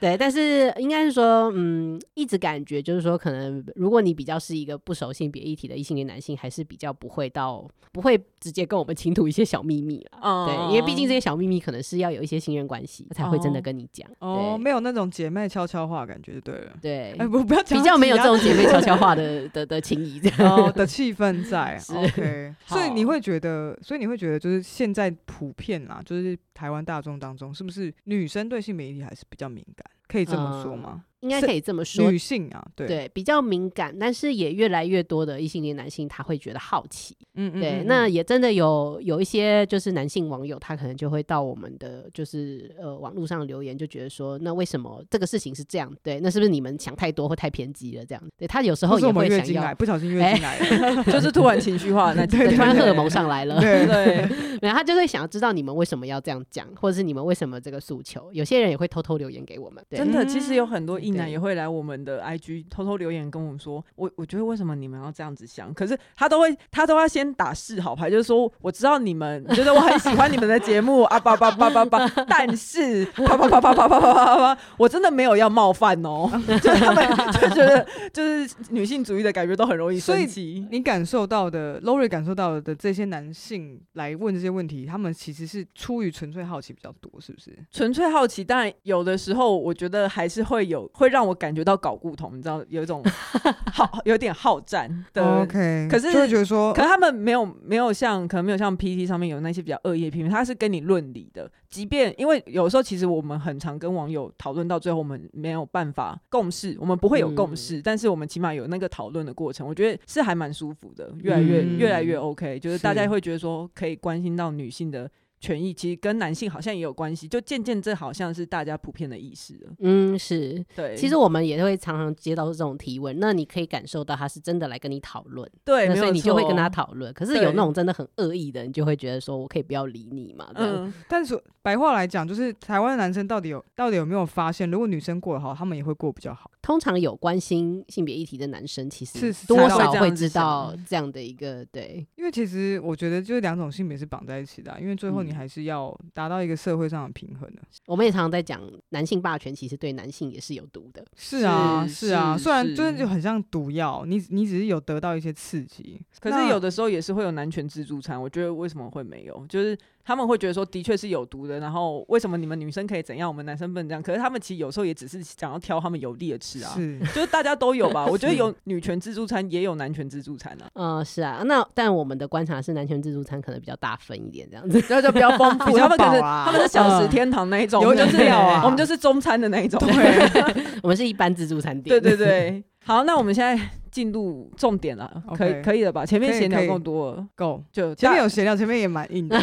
[SPEAKER 1] 对，但是应该是说，嗯，一直感觉就是说，可能如果你比较是一个不熟性别议题的异性恋男性，还是比较不会到不会直接跟我们倾吐一些小秘密啦。
[SPEAKER 3] 嗯，
[SPEAKER 1] 对，因为毕竟这些小秘密可能是要有一些信任关系才会真的
[SPEAKER 3] 哦
[SPEAKER 1] 跟你讲。
[SPEAKER 2] 哦，
[SPEAKER 1] 对
[SPEAKER 2] 没有那种姐妹悄悄话的感觉就对了。
[SPEAKER 1] 对，
[SPEAKER 2] 哎，不，不要讲
[SPEAKER 1] 比较没有
[SPEAKER 2] 其
[SPEAKER 1] 这
[SPEAKER 2] 他
[SPEAKER 1] 种姐妹悄悄话的的的情谊这样。
[SPEAKER 2] 哦的气氛 在
[SPEAKER 1] 是
[SPEAKER 2] ，OK，
[SPEAKER 3] 好
[SPEAKER 2] 所以你会觉得，所以你会觉得，就是现在普遍啦，就是台湾大众当中，是不是女生对性别议题还是比较敏感？可以这么说吗？
[SPEAKER 1] 应该
[SPEAKER 2] 是
[SPEAKER 1] 可以这么说
[SPEAKER 2] 女，性啊，对，
[SPEAKER 1] 嗯对，比较敏感，但是也越来越多的异性恋男性他会觉得好奇，
[SPEAKER 2] 嗯嗯
[SPEAKER 1] 对，
[SPEAKER 2] 嗯
[SPEAKER 1] 那
[SPEAKER 2] 嗯
[SPEAKER 1] 也真的有有一些就是男性网友，他可能就会到我们的就是呃网络上留言，就觉得说，那为什么这个事情是这样？对，那是不是你们想太多或太偏激了这样？对他有时
[SPEAKER 2] 或
[SPEAKER 1] 候
[SPEAKER 2] 是我
[SPEAKER 1] 也
[SPEAKER 2] 们
[SPEAKER 1] 会
[SPEAKER 2] 月
[SPEAKER 1] 想
[SPEAKER 2] 经
[SPEAKER 1] 要哎
[SPEAKER 2] 来，，不小心月经来了，
[SPEAKER 3] 哦就是突然情绪化，那
[SPEAKER 2] 对对
[SPEAKER 1] 突然荷
[SPEAKER 2] 对
[SPEAKER 1] 尔蒙上来了，
[SPEAKER 2] 对，
[SPEAKER 3] 对，
[SPEAKER 1] 然后他就会想要知道你们为什么要这样讲，或者是你们为什么这个诉求。有些人也会偷偷留言给我们，对
[SPEAKER 3] 真的，其
[SPEAKER 2] 嗯
[SPEAKER 3] 实有很多异
[SPEAKER 1] 对
[SPEAKER 3] 男也会来我们的 IG 偷偷留言跟我们说，我我觉得为什么你们要这样子想？可是他都会他都要先打示好牌，就是说我知道你们觉得我很喜欢你们的节目啊叭叭叭叭叭，但是啪啪啪啪啪啪啪啪啪，我真的没有要冒犯哦， 就是他们就觉得就是女性主义的感觉都很容易
[SPEAKER 2] 所以
[SPEAKER 3] 生气。
[SPEAKER 2] 你感受到的 Lori 感受到的这些男性来问这些问题，他们其实是出于纯粹好奇比较多，是不是？
[SPEAKER 3] 纯粹好奇，但有的时候我觉得还是会有，会让我感觉到搞固同，你知道，有一种 好有点好战
[SPEAKER 2] 哦
[SPEAKER 3] 的
[SPEAKER 2] OK，
[SPEAKER 3] 可是
[SPEAKER 2] 就会觉得说哦
[SPEAKER 3] 可，他们没有没有像可能没有像 PT 上面有那些比较恶意的批评，他是跟你论理的。即便因为有时候其实我们很常跟网友讨论到最后，我们没有办法共识，我们不会有共识，但是我们起码有那个讨论的过程，我觉得是还蛮舒服的，越来越、
[SPEAKER 1] 嗯
[SPEAKER 3] 越来越 OK，就是
[SPEAKER 2] 是
[SPEAKER 3] 大家会觉得说可以关心到女性的。权益其实跟男性好像也有关系，就渐渐这好像是大家普遍的意识了。
[SPEAKER 1] 嗯，是。
[SPEAKER 3] 对，
[SPEAKER 1] 其实我们也会常常接到这种提问，那你可以感受到他是真的来跟你讨论，
[SPEAKER 3] 对，
[SPEAKER 1] 那
[SPEAKER 3] 没
[SPEAKER 1] 所以
[SPEAKER 3] 有
[SPEAKER 1] 你就会跟他
[SPEAKER 3] 错。
[SPEAKER 1] 讨论。可是有
[SPEAKER 3] 对
[SPEAKER 1] 那种真的很恶意的，你就会觉得说我可以不要理你嘛，这样。
[SPEAKER 3] 嗯，
[SPEAKER 2] 但是白话来讲，就是台湾的男生到底有到底有没有发现，如果女生过得好，他们也会过比较好。
[SPEAKER 1] 通常有关心性别议题的男生，其实
[SPEAKER 2] 是是
[SPEAKER 1] 多
[SPEAKER 2] 才
[SPEAKER 1] 少
[SPEAKER 3] 会这
[SPEAKER 1] 会
[SPEAKER 3] 样子
[SPEAKER 1] 知道
[SPEAKER 3] 想
[SPEAKER 1] 这样的一个对。
[SPEAKER 2] 因为其实我觉得就是两种性别是绑在一起的啊、因为最后你
[SPEAKER 1] 嗯
[SPEAKER 2] 还是要达到一个社会上的平衡的、
[SPEAKER 1] 我们也常常在讲男性霸权，其实对男性也是有毒的。
[SPEAKER 2] 是啊，
[SPEAKER 3] 是
[SPEAKER 2] 是啊，
[SPEAKER 3] 是
[SPEAKER 2] 虽然就是
[SPEAKER 3] 是
[SPEAKER 2] 就很像毒药，你你只是有得到一些刺激，
[SPEAKER 3] 可是有
[SPEAKER 2] 的
[SPEAKER 3] 的时候也是会有男权自助餐，我觉得为什么会没有？就是他们会觉得说的确是有毒的，然后为什么你们女生可以怎样，我们男生不能这样？可是他们其实有时候也只是想要挑他们有利的吃啊，
[SPEAKER 2] 是，
[SPEAKER 3] 就是大家都有吧。我觉得有女权自助餐，也有男权自助餐啊，
[SPEAKER 1] 嗯、是啊，那但我们的观察是，男权自助餐可能比较大份一点，这样子。
[SPEAKER 3] 然后就比较丰
[SPEAKER 2] 比
[SPEAKER 3] 富，
[SPEAKER 2] 较
[SPEAKER 3] 他们可能
[SPEAKER 2] 饱啊
[SPEAKER 3] 他们是小食天堂那一种，我
[SPEAKER 2] 有
[SPEAKER 3] 们就是
[SPEAKER 2] 有啊
[SPEAKER 3] 我们就是中餐的那一种。
[SPEAKER 2] 对，
[SPEAKER 1] 我们是一般自助餐店。
[SPEAKER 3] 对对对，好，那我们现在进入重点了，可以
[SPEAKER 2] OK
[SPEAKER 3] 可以了吧？前面
[SPEAKER 2] 可以
[SPEAKER 3] 闲聊
[SPEAKER 2] 可以
[SPEAKER 3] 够多了，
[SPEAKER 2] 够。
[SPEAKER 3] 就
[SPEAKER 2] 前面
[SPEAKER 3] 大
[SPEAKER 2] 有闲聊，前面也蛮 硬的，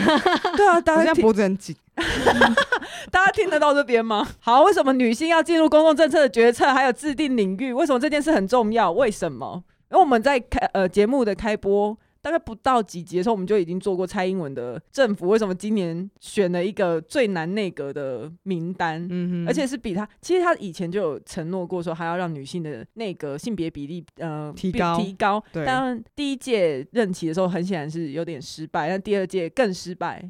[SPEAKER 3] 对啊，大
[SPEAKER 2] 我现在
[SPEAKER 3] 家听
[SPEAKER 2] 脖子很紧。
[SPEAKER 3] 大家听得到这边吗？好，为什么女性要进入公共政策的决策还有制定领域？为什么这件事很重要？为什么？因为我们在开呃节目的开播。大概不到几集的时候，我们就已经做过蔡英文的政府为什么今年选了一个最难内阁的名单，
[SPEAKER 2] 嗯哼，
[SPEAKER 3] 而且是比他，其实他以前就有承诺过说，他要让女性的那个性别比例呃
[SPEAKER 2] 提
[SPEAKER 3] 比
[SPEAKER 2] 高
[SPEAKER 3] 提高。
[SPEAKER 2] 对
[SPEAKER 3] 但第一届任期的时候，很显然是有点失败，但第二届更 失败。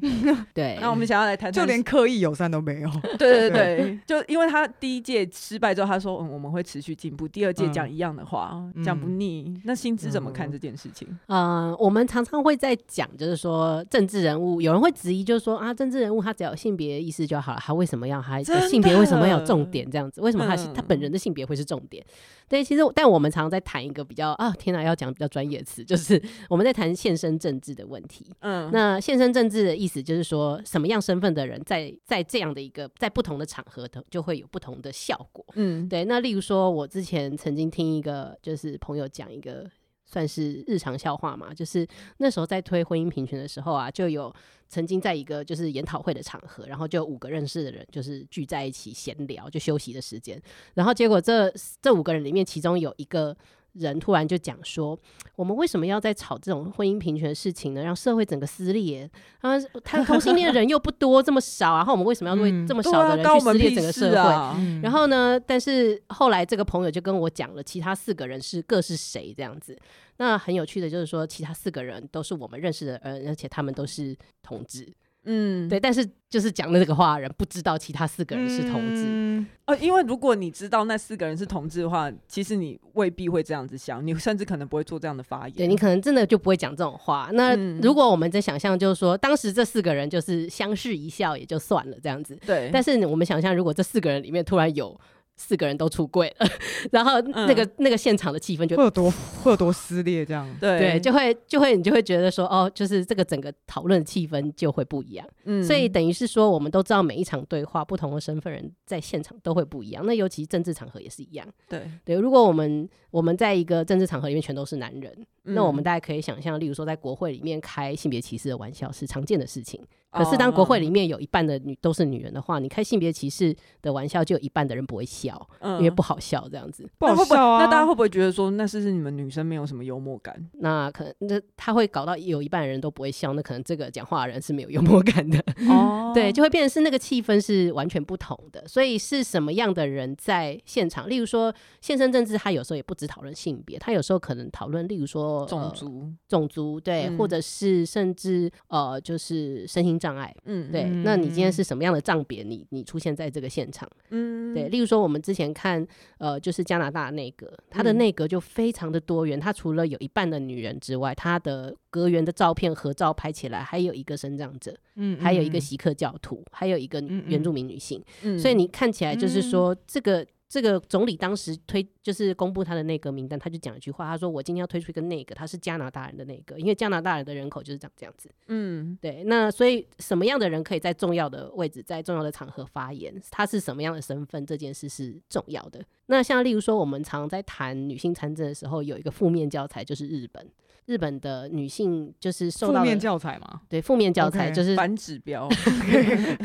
[SPEAKER 1] 对，
[SPEAKER 3] 那我们想要来谈谈，
[SPEAKER 2] 就连刻意友善都没有。
[SPEAKER 3] 对对对，就因为他第一届失败之后，他说嗯我们会持续进步，第二届讲一样的话，
[SPEAKER 2] 嗯
[SPEAKER 3] 讲不腻。那薪资怎么看这件事情？
[SPEAKER 1] 呃，我们常常会在讲，就是说政治人物，有人会质疑，就是说啊，政治人物他只要有性别意识就好了，他为什么要他
[SPEAKER 3] 真的
[SPEAKER 1] 性别为什么要有重点这样子？为什么他是、
[SPEAKER 3] 嗯
[SPEAKER 1] 他本人的性别会是重点？对，其实我但我们常常在谈一个比较啊，天哪，要讲比较专业的词，就是我们在谈现身政治的问题。
[SPEAKER 3] 嗯，
[SPEAKER 1] 那现身政治的意思就是说，什么样身份的人在在这样的一个在不同的场合的就会有不同的效果。
[SPEAKER 3] 嗯
[SPEAKER 1] 对，那例如说，我之前曾经听一个就是朋友讲一个算是日常笑话嘛，就是那时候在推婚姻平权的时候啊，就有曾经在一个就是研讨会的场合，然后就有五个认识的人就是聚在一起闲聊，就休息的时间，然后结果这这五个人里面，其中有一个。人突然就讲说，我们为什么要在吵这种婚姻平权的事情呢？让社会整个撕裂。他说他同性恋人又不多，这么少，然后我们为什么要为
[SPEAKER 2] 嗯
[SPEAKER 1] 这么
[SPEAKER 3] 对
[SPEAKER 1] 少的
[SPEAKER 3] 啊，
[SPEAKER 1] 人
[SPEAKER 3] 关
[SPEAKER 1] 去
[SPEAKER 3] 我
[SPEAKER 1] 撕
[SPEAKER 3] 们
[SPEAKER 1] 裂
[SPEAKER 3] 屁
[SPEAKER 1] 整个社
[SPEAKER 3] 事
[SPEAKER 1] 会？嗯
[SPEAKER 3] 啊！
[SPEAKER 1] 然后呢，但是后来这个朋友就跟我讲了，其他四个人是各是谁这样子。那很有趣的就是说，其他四个人都是我们认识的人，而且他们都是同志。
[SPEAKER 3] 嗯，
[SPEAKER 1] 对，但是就是讲那个话的人不知道其他四个人是同志。
[SPEAKER 2] 嗯
[SPEAKER 3] 哦，因为如果你知道那四个人是同志的话，其实你未必会这样子想，你甚至可能不会做这样的发言。
[SPEAKER 1] 对你可能真的就不会讲这种话。那
[SPEAKER 3] 嗯
[SPEAKER 1] 如果我们在想象，就是说当时这四个人就是相视一笑也就算了这样子，
[SPEAKER 3] 对，
[SPEAKER 1] 但是我们想象，如果这四个人里面突然有四个人都出柜了， 然后那
[SPEAKER 3] 嗯
[SPEAKER 1] 个、那个现场的气氛就
[SPEAKER 2] 会有多会有多撕裂 这样？
[SPEAKER 3] 对
[SPEAKER 1] 对，就会就会你就会觉得说，哦，就是这个整个讨论气氛就会不一样。
[SPEAKER 3] 嗯
[SPEAKER 1] 所以等于是说，我们都知道每一场对话，不同的身份人在现场都会不一样。那尤其政治场合也是一样。
[SPEAKER 3] 对，
[SPEAKER 1] 对，如果我们我们在一个政治场合里面全都是男人，那我们
[SPEAKER 3] 大
[SPEAKER 1] 大家可以想象，例如说在国会里面开性别歧视的玩笑是常见的事情。
[SPEAKER 3] 哦
[SPEAKER 1] 可是当国
[SPEAKER 3] 嗯
[SPEAKER 1] 会里面有一半的女都是女人的话，你开性别歧视的玩笑，就有一半的人不会笑，因为不好笑这样子。
[SPEAKER 2] 不好
[SPEAKER 3] 那会嗯不会
[SPEAKER 2] 笑啊！
[SPEAKER 3] 那大家会不会觉得说，那是不是你们女生没有什么幽默感？
[SPEAKER 1] 那可能那他会搞到有一半人都不会笑，那可能这个讲话的人是没有幽默感的，
[SPEAKER 3] 哦
[SPEAKER 1] 对，就会变成是那个气氛是完全不同的。所以是什么样的人在现场？例如说，现身政治，他有时候也不只讨论性别，他有时候可能讨论，例如说
[SPEAKER 3] 种、
[SPEAKER 1] 呃
[SPEAKER 3] 族，
[SPEAKER 1] 种族，对，
[SPEAKER 3] 嗯
[SPEAKER 1] 或者是甚至呃，就是身心障碍。
[SPEAKER 3] 嗯
[SPEAKER 1] 对，
[SPEAKER 2] 嗯
[SPEAKER 1] 那你今天是什么样的障别？你你出现在这个现场？
[SPEAKER 3] 嗯
[SPEAKER 1] 对，例如说我们之前看，呃，就是加拿大内阁，它的
[SPEAKER 3] 嗯
[SPEAKER 1] 内阁就非常的多元，它除了有一半的女人之外，它的阁员的照片合照拍起来，还有一个生长者，
[SPEAKER 2] 嗯
[SPEAKER 1] 还有一个
[SPEAKER 2] 嗯
[SPEAKER 1] 锡克教徒，还有一个
[SPEAKER 2] 嗯
[SPEAKER 1] 原
[SPEAKER 2] 嗯
[SPEAKER 1] 住民女性，
[SPEAKER 3] 嗯
[SPEAKER 1] 所以你看起来就是说这个。这个总理当时推就是公布他的内阁名单，他就讲一句话，他说：“我今天要推出一个内阁，他是加拿大人的内阁，因为加拿大人的人口就是长这样子。”
[SPEAKER 3] 嗯
[SPEAKER 1] 对，那所以什么样的人可以在重要的位置、在重要的场合发言？他是什么样的身份？这件事是重要的。那像例如说，我们常在谈女性参政的时候，有一个负面教材就是日本，日本的女性就是受
[SPEAKER 2] 负
[SPEAKER 1] 到
[SPEAKER 2] 面
[SPEAKER 1] 了
[SPEAKER 2] 教材嘛，
[SPEAKER 1] 对负面教材
[SPEAKER 2] OK，
[SPEAKER 1] 就是
[SPEAKER 3] 反指标，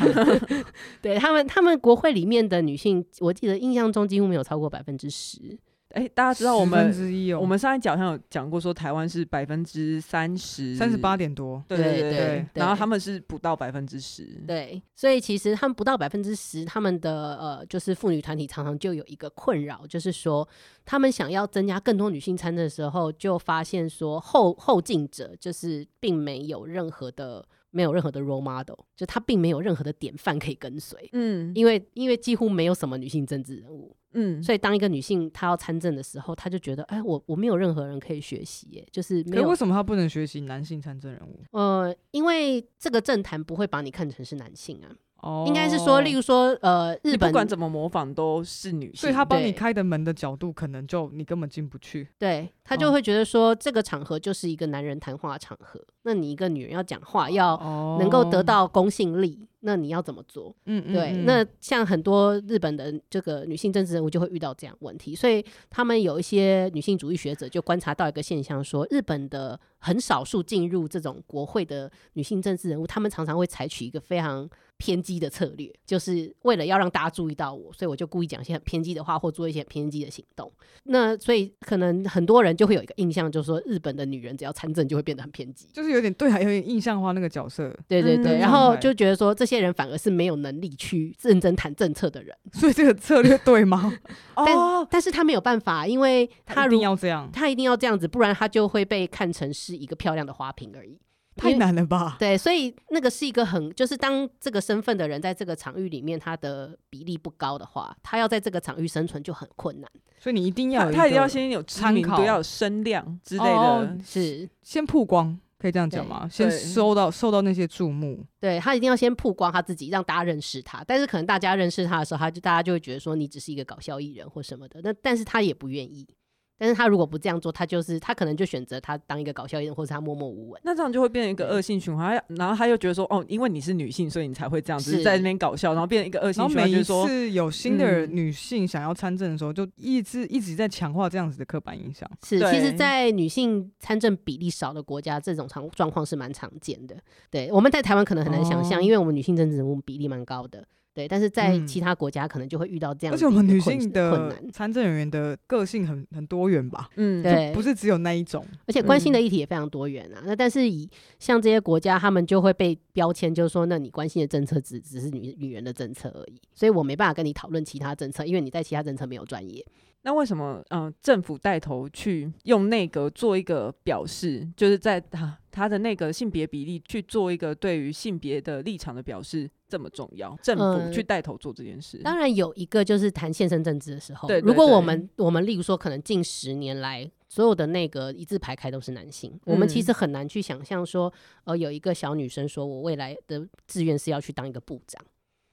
[SPEAKER 1] 对他们他们国会里面的女性，我记得印象中几乎没有超过百分之十。
[SPEAKER 3] 哎，大家知道我
[SPEAKER 2] 十分
[SPEAKER 3] 们
[SPEAKER 2] 之一哦，
[SPEAKER 3] 我们上一讲好像有讲过，说台湾是百分之三十
[SPEAKER 2] 三十八，点多，
[SPEAKER 3] 对对
[SPEAKER 1] 对
[SPEAKER 3] 对
[SPEAKER 2] 对，
[SPEAKER 1] 对
[SPEAKER 3] 然后他们是不到百分之十，
[SPEAKER 1] 对，所以其实他们不到百分之十，他们的呃，就是妇女团体常常就有一个困扰，就是说他们想要增加更多女性参政的时候，就发现说后后进者就是并没有任何的没有任何的 role model，就他并没有任何的典范可以跟随，
[SPEAKER 3] 嗯，
[SPEAKER 1] 因为因为几乎没有什么女性政治人物，
[SPEAKER 3] 嗯，
[SPEAKER 1] 所以当一个女性她要参政的时候，她就觉得，哎，我我没有任何人可以学习，耶，就是没
[SPEAKER 2] 可
[SPEAKER 1] 有
[SPEAKER 2] 为什么他不能学习男性参政人物？
[SPEAKER 1] 呃，因为这个政坛不会把你看成是男性啊，
[SPEAKER 2] 哦
[SPEAKER 1] 应该是说，例如说，呃，
[SPEAKER 3] 你
[SPEAKER 1] 日本
[SPEAKER 3] 不管怎么模仿都是女性，
[SPEAKER 2] 所以他帮
[SPEAKER 1] 对
[SPEAKER 2] 你开的门的角度，可能就你根本进不去。
[SPEAKER 1] 对他
[SPEAKER 2] 哦
[SPEAKER 3] 嗯
[SPEAKER 1] 就会觉得说，这个场合就是一个男人谈话的场合，那你一个女人要讲话，要
[SPEAKER 2] 哦
[SPEAKER 1] 能够得，到公信力，那你要怎么做？
[SPEAKER 2] 嗯嗯
[SPEAKER 1] 对，
[SPEAKER 2] 嗯
[SPEAKER 1] 那像很多日本的这个女性政治人物就会遇到这样问题，所以他们有一些女性主义学者就观察到一个现象说日本的很少数进入这种国会的女性政治人物，他们常常会采取一个非常偏激的策略，就是为了要让大家注意到我，所以我就故意讲一些很偏激的话，或做一些很偏激的行动。那所以可能很多人就会有一个印象，就是说日本的女人只要参政就会变得很偏激。
[SPEAKER 2] 就是有点对啊，有点印象化那个角色，
[SPEAKER 1] 对对
[SPEAKER 3] 嗯
[SPEAKER 1] 对，
[SPEAKER 3] 那
[SPEAKER 1] 然
[SPEAKER 2] 状
[SPEAKER 1] 后
[SPEAKER 2] 态
[SPEAKER 1] 就觉得说这些人反而是没有能力去认真谈政策的人。
[SPEAKER 2] 所以这个策略对吗？
[SPEAKER 3] 哦，
[SPEAKER 1] 但是他没有办法，因为 他
[SPEAKER 2] 一
[SPEAKER 1] 如
[SPEAKER 2] 定要这样，
[SPEAKER 1] 他一定要这样子，不然他就会被看成是一个漂亮的花瓶而已。
[SPEAKER 2] 太
[SPEAKER 1] 因为
[SPEAKER 2] 难了吧？
[SPEAKER 1] 对，所以那个是一个很，就是当这个身份的人在这个场域里面，他的比例不高的话，他要在这个场域生存就很困难。
[SPEAKER 2] 所以你一定要
[SPEAKER 3] 他
[SPEAKER 2] 有
[SPEAKER 3] 他一定要
[SPEAKER 2] 个
[SPEAKER 3] 先有知
[SPEAKER 2] 参
[SPEAKER 3] 名
[SPEAKER 2] 考
[SPEAKER 3] 度，要有声量之类
[SPEAKER 2] 哦
[SPEAKER 3] 的。
[SPEAKER 1] 是，
[SPEAKER 2] 先曝光，可以这样讲吗？先
[SPEAKER 3] 对
[SPEAKER 2] 收到受到那些注目，
[SPEAKER 1] 对他一定要先曝光他自己，让大家认识他。但是可能大家认识他的时候，他就大家就会觉得说你只是一个搞笑艺人或什么的。那但是他也不愿意。但是他如果不这样做，他就是他可能就选择他当一个搞笑艺人，或者他默默无闻。
[SPEAKER 3] 那这样就会变成一个
[SPEAKER 1] 对
[SPEAKER 3] 恶性循环，然后他又觉得说，哦，因为你是女性，所以你才会这样，只是
[SPEAKER 1] 是
[SPEAKER 3] 在那边搞笑，然后变成一个恶性
[SPEAKER 2] 然后
[SPEAKER 3] 循环，
[SPEAKER 2] 每
[SPEAKER 3] 就
[SPEAKER 2] 一
[SPEAKER 3] 是说，
[SPEAKER 2] 次有新的
[SPEAKER 3] 嗯
[SPEAKER 2] 女性想要参政的时候，就一直一直在强化这样子的刻板印象。
[SPEAKER 1] 是，其实，
[SPEAKER 3] 对
[SPEAKER 1] 在女性参政比例少的国家，这种常状况是蛮常见的。对，我们在台湾可能很难想象，
[SPEAKER 2] 哦
[SPEAKER 1] 因为我们女性政治人物比例蛮高的。对，但是在
[SPEAKER 2] 嗯
[SPEAKER 1] 其他国家可能就会遇到这样
[SPEAKER 2] 而
[SPEAKER 1] 的一
[SPEAKER 2] 且
[SPEAKER 1] 个
[SPEAKER 2] 我
[SPEAKER 1] 困，
[SPEAKER 2] 们女性
[SPEAKER 1] 困
[SPEAKER 2] 的
[SPEAKER 1] 难，
[SPEAKER 2] 参政人员的个性很很多元吧，
[SPEAKER 3] 嗯，
[SPEAKER 1] 对
[SPEAKER 2] 不是只嗯有那一种。
[SPEAKER 1] 而且关心的议题也非常多元啊。那但是以像这些国家，他们就会被标签，就是说，那你关心的政策只只是女女人的政策而已，所以我没办法跟你讨论其他政策，因为你在其他政策没有专业。
[SPEAKER 3] 那为什么嗯、呃政府带头去用内阁做一个表示，就是在他他的那个性别比例去做一个对于性别的立场的表示这么重要？政府
[SPEAKER 1] 嗯
[SPEAKER 3] 去带头做这件事，
[SPEAKER 1] 当然有一个就是谈宪政政治的时候，
[SPEAKER 3] 对对
[SPEAKER 1] 如果我
[SPEAKER 3] 对
[SPEAKER 1] 们我们例如说可能近十年来。所有的那个一字排开都是男性，我们其
[SPEAKER 3] 嗯
[SPEAKER 1] 实很难去想象说，呃，有一个小女生说我未来的志愿是要去当一个部长，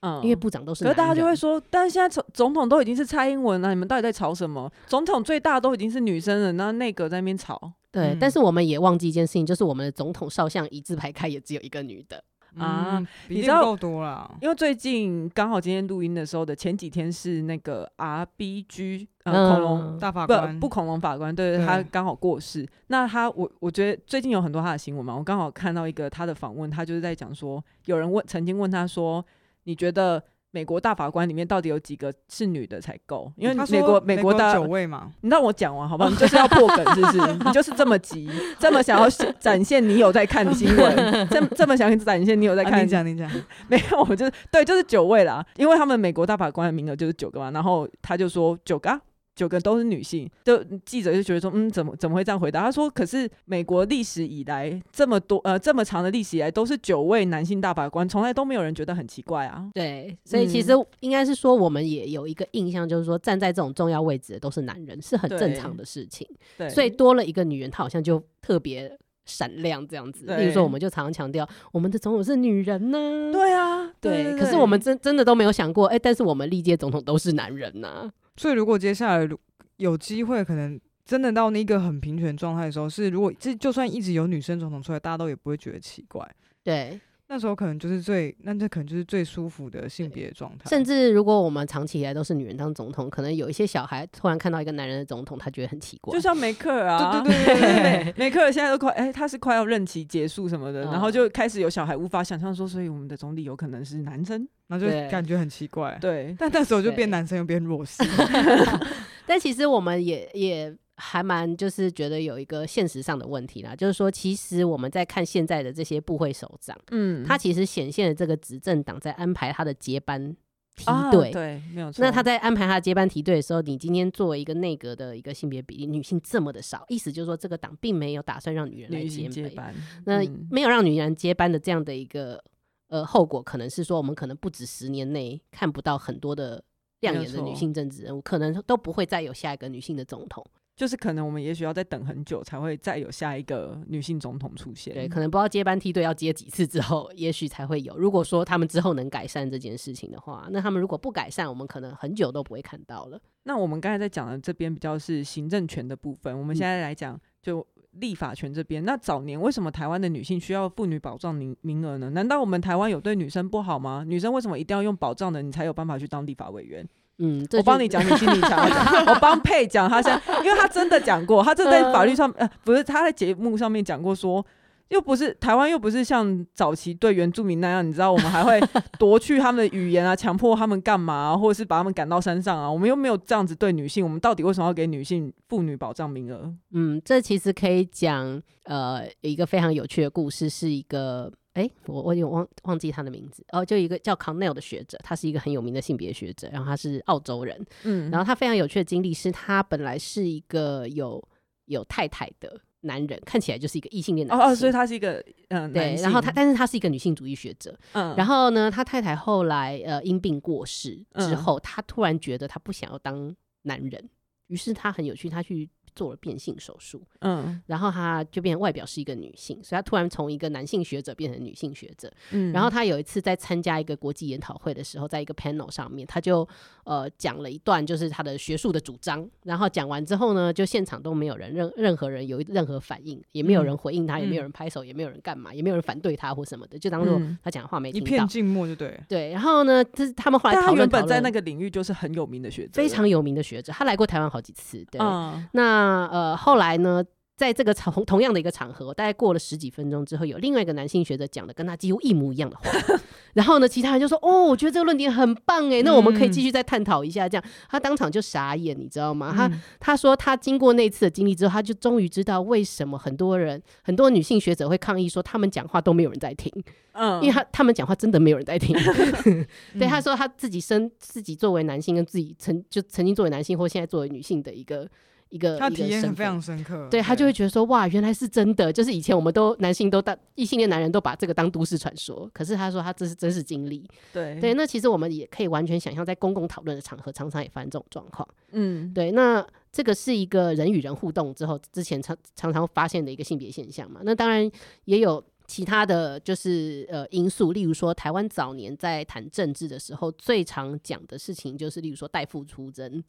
[SPEAKER 3] 嗯
[SPEAKER 1] 因为部长都是
[SPEAKER 3] 可
[SPEAKER 1] 男
[SPEAKER 3] 是
[SPEAKER 1] 人。
[SPEAKER 3] 大家就会说，但是现在总总统都已经是蔡英文了，你们到底在吵什么？总统最大都已经是女生了，那内阁在那边吵
[SPEAKER 1] 对，
[SPEAKER 2] 嗯
[SPEAKER 1] 但是我们也忘记一件事情，就是我们的总统少相一字排开也只有一个女的。
[SPEAKER 3] 啊
[SPEAKER 2] 嗯，比
[SPEAKER 3] 你
[SPEAKER 2] 例
[SPEAKER 3] 知道
[SPEAKER 2] 不够多啦。
[SPEAKER 3] 因为最近刚好今天录音的时候的前几天是那个 RBG 呃、
[SPEAKER 1] 嗯
[SPEAKER 3] 恐龙
[SPEAKER 2] 大法官
[SPEAKER 3] 不不恐龙法官，对
[SPEAKER 2] 对
[SPEAKER 3] 他刚好过世。那他我我觉得最近有很多他的新闻嘛，我刚好看到一个他的访问，他就是在讲说，有人问曾经问他说，你觉得美国大法官里面到底有几个是女的才够？因为
[SPEAKER 2] 他
[SPEAKER 3] 美
[SPEAKER 2] 说
[SPEAKER 3] 国
[SPEAKER 2] 美
[SPEAKER 3] 国大
[SPEAKER 2] 九位嘛，
[SPEAKER 3] 你让我讲完好不好？你就是要破梗，是不 是？你就是这么急，这么想要 显展现你有在看新闻，这这么想展现你有在
[SPEAKER 2] 啊
[SPEAKER 3] 看
[SPEAKER 2] 你。讲你讲，
[SPEAKER 3] 没有，我就是对，就是九位啦，因为他们美国大法官的名额就是九个嘛，然后他就说九个啊、九个都是女性，就记者就觉得说，嗯，怎么怎么会这样回答？他说，可是美国历史以来这么多呃这么长的历史以来都是九位男性大法官，从来都没有人觉得很奇怪啊。
[SPEAKER 1] 对，所以其实
[SPEAKER 3] 嗯
[SPEAKER 1] 应该是说，我们也有一个印象，就是说站在这种重要位置的都是男人，是很
[SPEAKER 3] 对
[SPEAKER 1] 正常的事情。
[SPEAKER 3] 对，
[SPEAKER 1] 所以多了一个女人，她好像就特别闪亮这样子。
[SPEAKER 3] 对
[SPEAKER 1] 例如说，我们就常常强调，我们的总统是女人呢、
[SPEAKER 3] 对啊，
[SPEAKER 1] 对
[SPEAKER 3] 对，
[SPEAKER 1] 可是我们真真的都没有想过，哎、但是我们历届总统都是男人呐、
[SPEAKER 2] 所以如果接下来如有机会，可能真的到那个很平权状态的时候，是如果这就算一直有女生总统出来，大家都也不会觉得奇怪。
[SPEAKER 1] 对，
[SPEAKER 2] 那时候可能就是最，那这可能就是最舒服的性别状态，
[SPEAKER 1] 甚至如果我们长期以来都是女人当总统，可能有一些小孩突然看到一个男人的总统，他觉得很奇怪。
[SPEAKER 3] 就像梅克尔啊，
[SPEAKER 2] 对对对对对
[SPEAKER 3] 梅梅克尔现在都快哎、他是快要任期结束什么的，
[SPEAKER 1] 嗯
[SPEAKER 3] 然后就开始有小孩无法想象说，所以我们的总理有可能是男生，
[SPEAKER 2] 然后就
[SPEAKER 1] 对
[SPEAKER 2] 感觉很奇怪。
[SPEAKER 3] 对，
[SPEAKER 2] 但那时候就
[SPEAKER 1] 对
[SPEAKER 2] 变男生又变弱势，
[SPEAKER 1] 但其实我们也也还蛮就是觉得有一个现实上的问题啦，就是说，其实我们在看现在的这些部会首长，
[SPEAKER 3] 嗯
[SPEAKER 1] 他其实显现了这个执政党在安排他的接班梯
[SPEAKER 3] 啊
[SPEAKER 1] 队。
[SPEAKER 3] 对，没有错。
[SPEAKER 1] 那他在安排他的接班梯队的时候，你今天作为一个内阁的一个性别比例，女性这么的少，意思就是说这个党并没有打算让女人来
[SPEAKER 3] 女性
[SPEAKER 1] 接
[SPEAKER 3] 接
[SPEAKER 1] 班。
[SPEAKER 3] 班，
[SPEAKER 1] 那
[SPEAKER 3] 嗯
[SPEAKER 1] 没有让女人接班的这样的一个呃后果，可能是说我们可能不止十年内看不到很多的亮
[SPEAKER 3] 没有
[SPEAKER 1] 眼的女
[SPEAKER 3] 错
[SPEAKER 1] 性政治人物，可能都不会再有下一个女性的总统。
[SPEAKER 3] 就是可能我们也许要再等很久，才会再有下一个女性总统出现。
[SPEAKER 1] 对，可能不知道接班梯队要接几次之后，也许才会有。如果说他们之后能改善这件事情的话，那他们如果不改善，我们可能很久都不会看到了。
[SPEAKER 3] 那我们刚才在讲的这边比较是行政权的部分，我们
[SPEAKER 1] 嗯
[SPEAKER 3] 现在来讲就立法权这边。那早年为什么台湾的女性需要妇女保障名名额呢？难道我们台湾有对女生不好吗？女生为什么一定要用保障的，你才有办法去当立法委员？
[SPEAKER 1] 嗯，这
[SPEAKER 3] 我
[SPEAKER 1] 就
[SPEAKER 3] 帮你讲，你心里想 要讲，我帮佩讲，他现在因为他真的讲过，他真
[SPEAKER 1] 嗯
[SPEAKER 3] 的在法律上，呃，不是他在节目上面讲过说。又不是台湾，又不是像早期对原住民那样，你知道我们还会夺去他们的语言啊，强迫他们干嘛啊、或者是把他们赶到山上啊？我们又没有这样子对女性，我们到底为什么要给女性妇女保障名额？
[SPEAKER 1] 嗯，这其实可以讲，呃，有一个非常有趣的故事，是一个，哎，我我有点忘忘记他的名字，哦，就一个叫 Connell 的学者，他是一个很有名的性别学者，然后他是澳洲人，
[SPEAKER 3] 嗯，
[SPEAKER 1] 然
[SPEAKER 3] 后
[SPEAKER 1] 后他非常有趣的经历是他本来是一个有有太太的男人，看起来就是一个异性恋男
[SPEAKER 3] 哦哦，所
[SPEAKER 1] 性
[SPEAKER 3] 以她是一个嗯，
[SPEAKER 1] 对，
[SPEAKER 3] 男性
[SPEAKER 1] 然后他，但是他是一个女性主义学者，
[SPEAKER 3] 嗯，
[SPEAKER 1] 然
[SPEAKER 3] 后
[SPEAKER 1] 后呢，他太太后来呃因病过世之
[SPEAKER 3] 嗯
[SPEAKER 1] 后，他突然觉得他不想要当男人，于是他很有趣，他去做了变性手术，
[SPEAKER 3] 嗯
[SPEAKER 1] 然后他就变成外表是一个女性，所以他突然从一个男性学者变成女性学者。
[SPEAKER 3] 嗯，
[SPEAKER 1] 然后他有一次在参加一个国际研讨会的时候，在一个 panel 上面，他就呃讲了一段就是他的学术的主张，然后讲完之后呢，就现场都没有人任任何人有任何反应，也没有人回应他，也没有人拍手，也没有人干嘛，也没有人反对他或什么的，就当做
[SPEAKER 3] 嗯
[SPEAKER 1] 他讲的话没
[SPEAKER 2] 一
[SPEAKER 1] 听
[SPEAKER 2] 片
[SPEAKER 1] 到。
[SPEAKER 2] 静默就对了。
[SPEAKER 1] 对，然后呢，这是他们后来
[SPEAKER 3] 但
[SPEAKER 1] 讨
[SPEAKER 3] 他
[SPEAKER 1] 论
[SPEAKER 3] 原
[SPEAKER 1] 讨
[SPEAKER 3] 本在
[SPEAKER 1] 论
[SPEAKER 3] 那个领域就是很有名的学者，
[SPEAKER 1] 非常有名的学者，他来过台湾好几次。对，
[SPEAKER 3] 嗯
[SPEAKER 1] 那呃，后来呢，在这个场同同样的一个场合，大概过了十几分钟之后，有另外一个男性学者讲的跟他几乎一模一样 的话，然后呢，其他人就说：“哦，我觉得这个论点很棒哎，那我们可以
[SPEAKER 3] 嗯
[SPEAKER 1] 继续再探讨一下。”这样，他当场就傻眼，你知道吗？啊他
[SPEAKER 3] 嗯
[SPEAKER 1] 他说他经过那次的经历之后，他就终于知道为什么很多人很多女性学者会抗议说他们讲话都没有人在听，
[SPEAKER 3] 嗯
[SPEAKER 1] 因为他他们讲话真的没有人在听。对，
[SPEAKER 2] 嗯
[SPEAKER 1] 他说他自己身自己作为男性跟自己曾就曾经作为男性或现在作为女性的一个一个
[SPEAKER 2] 他
[SPEAKER 1] 一个
[SPEAKER 2] 体验
[SPEAKER 1] 身
[SPEAKER 2] 很非
[SPEAKER 1] 份
[SPEAKER 2] 常深刻，
[SPEAKER 1] 对他就会觉得说，哇，原来是真的。就是以前我们都男性都当异性恋男人都把这个当都市传说，可是他说他这是真实经历。
[SPEAKER 3] 对
[SPEAKER 1] 对，，那其实我们也可以完全想象，在公共讨论的场合，常常也发生这种状况。
[SPEAKER 3] 嗯
[SPEAKER 1] 对，那这个是一个人与人互动之后，之前常常常发现的一个性别现象嘛。那当然也有其他的就是呃因素，例如说台湾早年在谈政治的时候，最常讲的事情就是例如说代父出征。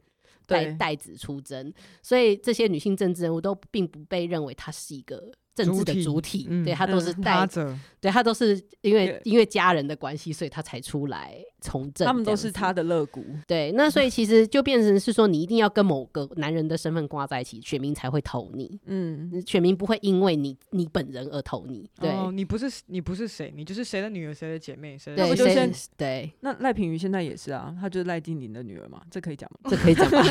[SPEAKER 1] 代
[SPEAKER 3] 对
[SPEAKER 1] 代子出征，所以这些女性政治人物都并不被认为她是一个政治
[SPEAKER 2] 主
[SPEAKER 1] 的
[SPEAKER 2] 体
[SPEAKER 1] 主体，
[SPEAKER 2] 嗯
[SPEAKER 1] 对她都是
[SPEAKER 3] 嗯
[SPEAKER 1] 代，
[SPEAKER 2] 他者
[SPEAKER 1] 对她都是因为
[SPEAKER 3] 对
[SPEAKER 1] 因为家人的关系，所以她才出来从政。
[SPEAKER 3] 他们都是
[SPEAKER 1] 她。
[SPEAKER 3] 他的肋骨，
[SPEAKER 1] 对，那所以其实就变成是说，你一定要跟某个男人的身份挂在一起，选民才会投你，
[SPEAKER 3] 嗯，
[SPEAKER 1] 选民不会因为你你本人而投你。对、
[SPEAKER 2] 哦，你不是你不是谁，你就是谁的女儿，谁的姐妹，谁的
[SPEAKER 1] 对，
[SPEAKER 3] 不
[SPEAKER 2] 谁
[SPEAKER 3] 就
[SPEAKER 1] 所以
[SPEAKER 3] 先
[SPEAKER 1] 对，
[SPEAKER 3] 那赖品妤现在也是啊，她就是赖静玲的女儿嘛，这可以讲吗？
[SPEAKER 1] 这可以讲吧。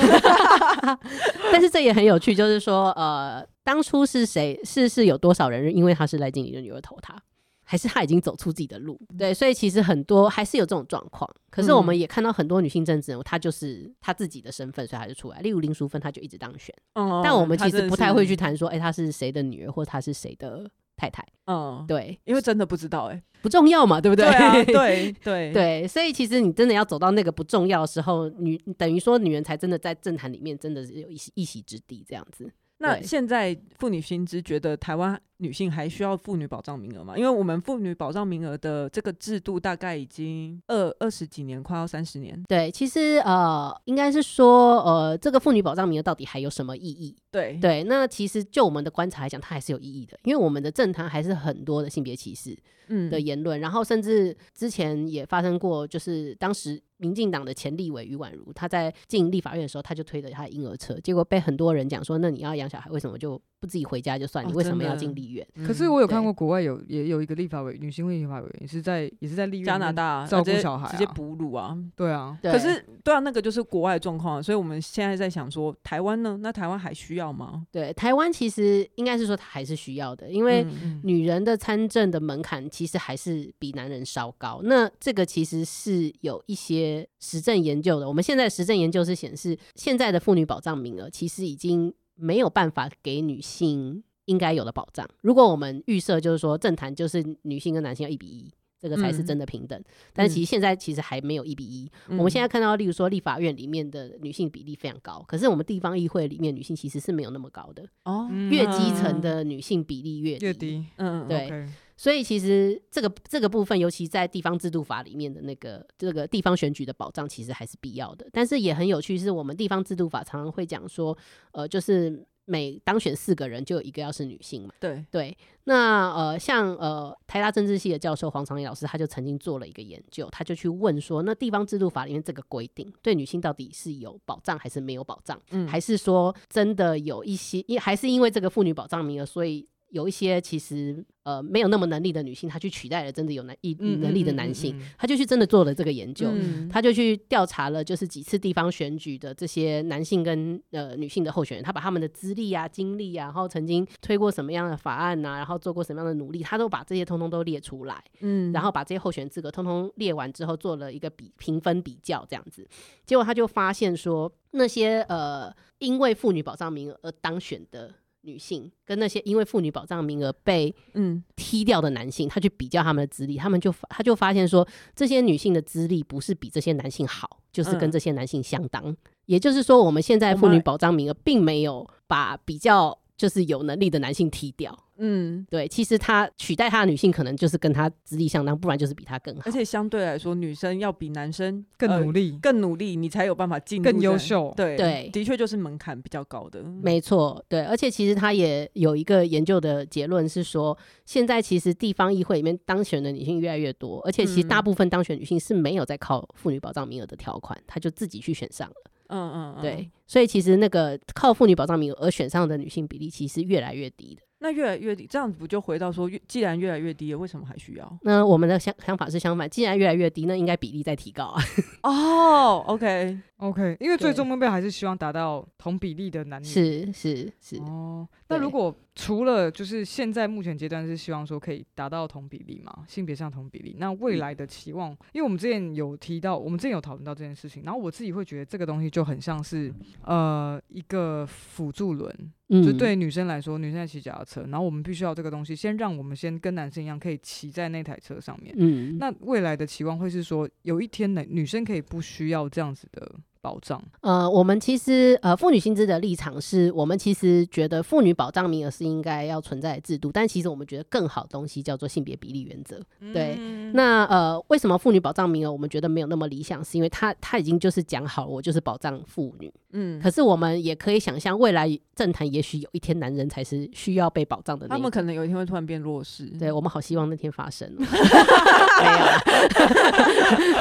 [SPEAKER 1] 但是这也很有趣，就是说，呃，当初是谁是是有多少人因为他是赖经理的女儿投他，还是他已经走出自己的路？对，所以其实很多还是有这种状况。可是我们
[SPEAKER 3] 嗯
[SPEAKER 1] 也看到很多女性政治人物，她就是她自己的身份，所以她就出来。例如林淑芬，她就一直当选。
[SPEAKER 3] 嗯
[SPEAKER 1] 但我们其实不太会去，谈说，哎、她是谁的女儿，或她是谁的太太，
[SPEAKER 3] 嗯，对，
[SPEAKER 1] 对，
[SPEAKER 3] 因为真的不知道哎、
[SPEAKER 1] 不重要嘛，对不对？
[SPEAKER 3] 啊，对对
[SPEAKER 1] 对所以其实你真的要走到那个不重要的时候，女等于说女人才真的在政坛里面真的是有一席一席之地这样子。
[SPEAKER 3] 那
[SPEAKER 1] 对
[SPEAKER 3] 现在妇女薪资觉得台湾女性还需要妇女保障名额吗？因为我们妇女保障名额的这个制度大概已经二二十几年，快要三十年。
[SPEAKER 1] 对，其实呃，应该是说呃，这个妇女保障名额到底还有什么意义？
[SPEAKER 3] 对
[SPEAKER 1] 对，那其实就我们的观察来讲，它还是有意义的，因为我们的政坛还是很多的性别歧视。
[SPEAKER 3] 嗯
[SPEAKER 1] 的言论，然后甚至之前也发生过，就是当时民进党的前立委于婉如，她在进立法院的时候，她就推着她的婴儿车，结果被很多人讲说，那你要养小孩，为什么就不自己回家就算？
[SPEAKER 3] 哦
[SPEAKER 1] 你为什么
[SPEAKER 3] 真
[SPEAKER 1] 要
[SPEAKER 3] 的
[SPEAKER 1] 进立院？
[SPEAKER 3] 嗯
[SPEAKER 2] 可是我有看
[SPEAKER 1] 对
[SPEAKER 2] 过国外有也有一个立法委女性立法委员是在也是在立院
[SPEAKER 3] 嗯加
[SPEAKER 2] 里
[SPEAKER 3] 拿
[SPEAKER 2] 面
[SPEAKER 3] 大
[SPEAKER 2] 照
[SPEAKER 3] 直
[SPEAKER 2] 顾
[SPEAKER 3] 接
[SPEAKER 2] 小孩
[SPEAKER 3] 直接
[SPEAKER 2] 啊
[SPEAKER 3] 哺乳啊，
[SPEAKER 2] 对啊，
[SPEAKER 1] 对
[SPEAKER 3] 可是对啊，那个就是国外的状况啊，所以我们现在在想说，台湾呢？那台湾还需要吗？
[SPEAKER 1] 对台湾其实应该是说它还是需要的，因为
[SPEAKER 3] 嗯
[SPEAKER 2] 嗯
[SPEAKER 1] 女人的参政的门槛其实还是比男人稍高。那这个其实是有一些实证研究的。我们现在实证研究是显示，现在的妇女保障名额其实已经没有办法给女性应该有的保障。如果我们预设就是说政坛就是女性跟男性要一比一，这个才是真的平等。但是其实现在其实还没有一比一、
[SPEAKER 3] 嗯
[SPEAKER 1] 我们现在看到，例如说立法院里面的女性比例非常高，可是我们地方议会里面女性其实是没有那么高的，
[SPEAKER 3] 哦
[SPEAKER 2] 嗯
[SPEAKER 1] 越基层的女性比例越低。
[SPEAKER 2] 越低，
[SPEAKER 3] 嗯
[SPEAKER 1] 对
[SPEAKER 2] OK
[SPEAKER 1] 所以其实这个这个部分，尤其在地方制度法里面的那个这个地方选举的保障，其实还是必要的。但是也很有趣，是我们地方制度法常常会讲说，呃，就是每当选四个人，就有一个要是女性嘛。
[SPEAKER 3] 对
[SPEAKER 1] 对，那呃，像呃台大政治系的教授黄长义老师，他就曾经做了一个研究，他就去问说，那地方制度法里面这个规定对女性到底是有保障还是没有保障？
[SPEAKER 3] 嗯
[SPEAKER 1] 还是说真的有一些，因还是因为这个妇女保障名额，所以有一些其实呃没有那么能力的女性，她去取代了真的有男一
[SPEAKER 2] 嗯
[SPEAKER 1] 能力的
[SPEAKER 2] 嗯嗯
[SPEAKER 1] 男性，
[SPEAKER 2] 嗯嗯
[SPEAKER 1] 她就去真的做了这个研究。
[SPEAKER 3] 嗯
[SPEAKER 1] 他就去调查了，就是几次地方选举的这些男性跟呃女性的候选人，他把他们的资历啊、经历啊，然后曾经推过什么样的法案呐、然后做过什么样的努力，他都把这些通通都列出来，
[SPEAKER 3] 嗯
[SPEAKER 1] 然后把这些候选资格通通列完之后，做了一个比评分比较这样子。结果他就发现说，那些呃因为妇女保障名额而当选的女性，跟那些因为妇女保障名额被
[SPEAKER 3] 嗯
[SPEAKER 1] 踢掉的男性，他去比较他们的资历，他们就发他就发现说，这些女性的资历不是比这些男性好，就是跟
[SPEAKER 3] 嗯
[SPEAKER 1] 这些男性相当。也就是说，我们现在
[SPEAKER 3] 我
[SPEAKER 1] 妇
[SPEAKER 3] 们
[SPEAKER 1] 女保障名额并没有把比较就是有能力的男性踢掉。
[SPEAKER 3] 嗯，
[SPEAKER 1] 对，其实他取代他的女性，可能就是跟他资历相当，不然就是比他更好。
[SPEAKER 3] 而且相对来说，女生要比男生
[SPEAKER 2] 更
[SPEAKER 3] 呃
[SPEAKER 2] 努力、
[SPEAKER 3] 更努力，你才有办法进入
[SPEAKER 2] 更优
[SPEAKER 3] 这
[SPEAKER 2] 秀。
[SPEAKER 3] 对
[SPEAKER 1] 对
[SPEAKER 3] 的确就是门槛比较高的。
[SPEAKER 1] 没错，对，而且其实他也有一个研究的结论是说，现在其实地方议会里面当选的女性越来越多，而且其实
[SPEAKER 3] 嗯
[SPEAKER 1] 大部分当选女性是没有在靠妇女保障名额的条款，她就自己去选上了。
[SPEAKER 3] 嗯嗯嗯，
[SPEAKER 1] 对，。所以其实那个靠妇女保障名额而选上的女性比例其实越来越低的。
[SPEAKER 3] 那越来越低，这样子不就回到说，越既然越来越低了，为什么还需要？
[SPEAKER 1] 那我们的想想法是相反，既然越来越低，那应该比例在提高啊。
[SPEAKER 3] 哦，OK，
[SPEAKER 2] OK，因为最
[SPEAKER 1] 对
[SPEAKER 2] 终目标还是希望达到同比例的
[SPEAKER 3] 嗯
[SPEAKER 2] 男女。
[SPEAKER 1] 是是是，
[SPEAKER 2] 哦，那
[SPEAKER 1] 对
[SPEAKER 2] 如果除了就是现在目前阶段是希望说可以达到同比例嘛，性别上同比例，那
[SPEAKER 1] 嗯
[SPEAKER 2] 未来的期望，因为我们之前有提到，我们之前有讨论到这件事情，然后我自己会觉得这个东西就很像是呃一个辅助轮，
[SPEAKER 1] 嗯
[SPEAKER 2] 就对女生来说，女生在骑脚踏车，然后我们必须要这个东西，先让我们先跟男生一样可以骑在那台车上面。
[SPEAKER 1] 嗯，
[SPEAKER 2] 那未来的期望会是说，有一天呢，女生可以不需要这样子的保障，
[SPEAKER 1] 呃，我们其实呃，妇女薪资的立场是我们其实觉得妇女保障名额是应该要存在的制度，但其实我们觉得更好的东西叫做性别比例原则。对
[SPEAKER 2] 嗯
[SPEAKER 1] 那呃，为什么妇女保障名额我们觉得没有那么理想？是因为它它已经就是讲好了，我就是保障妇女。
[SPEAKER 3] 嗯，
[SPEAKER 1] 可是我们也可以想象，未来政坛也许有一天男人才是需要被保障的那
[SPEAKER 3] 他
[SPEAKER 1] 一
[SPEAKER 3] 们
[SPEAKER 1] 个。
[SPEAKER 3] 可能有一天会突然变弱势。
[SPEAKER 1] 对，我们好希望那天发生哦、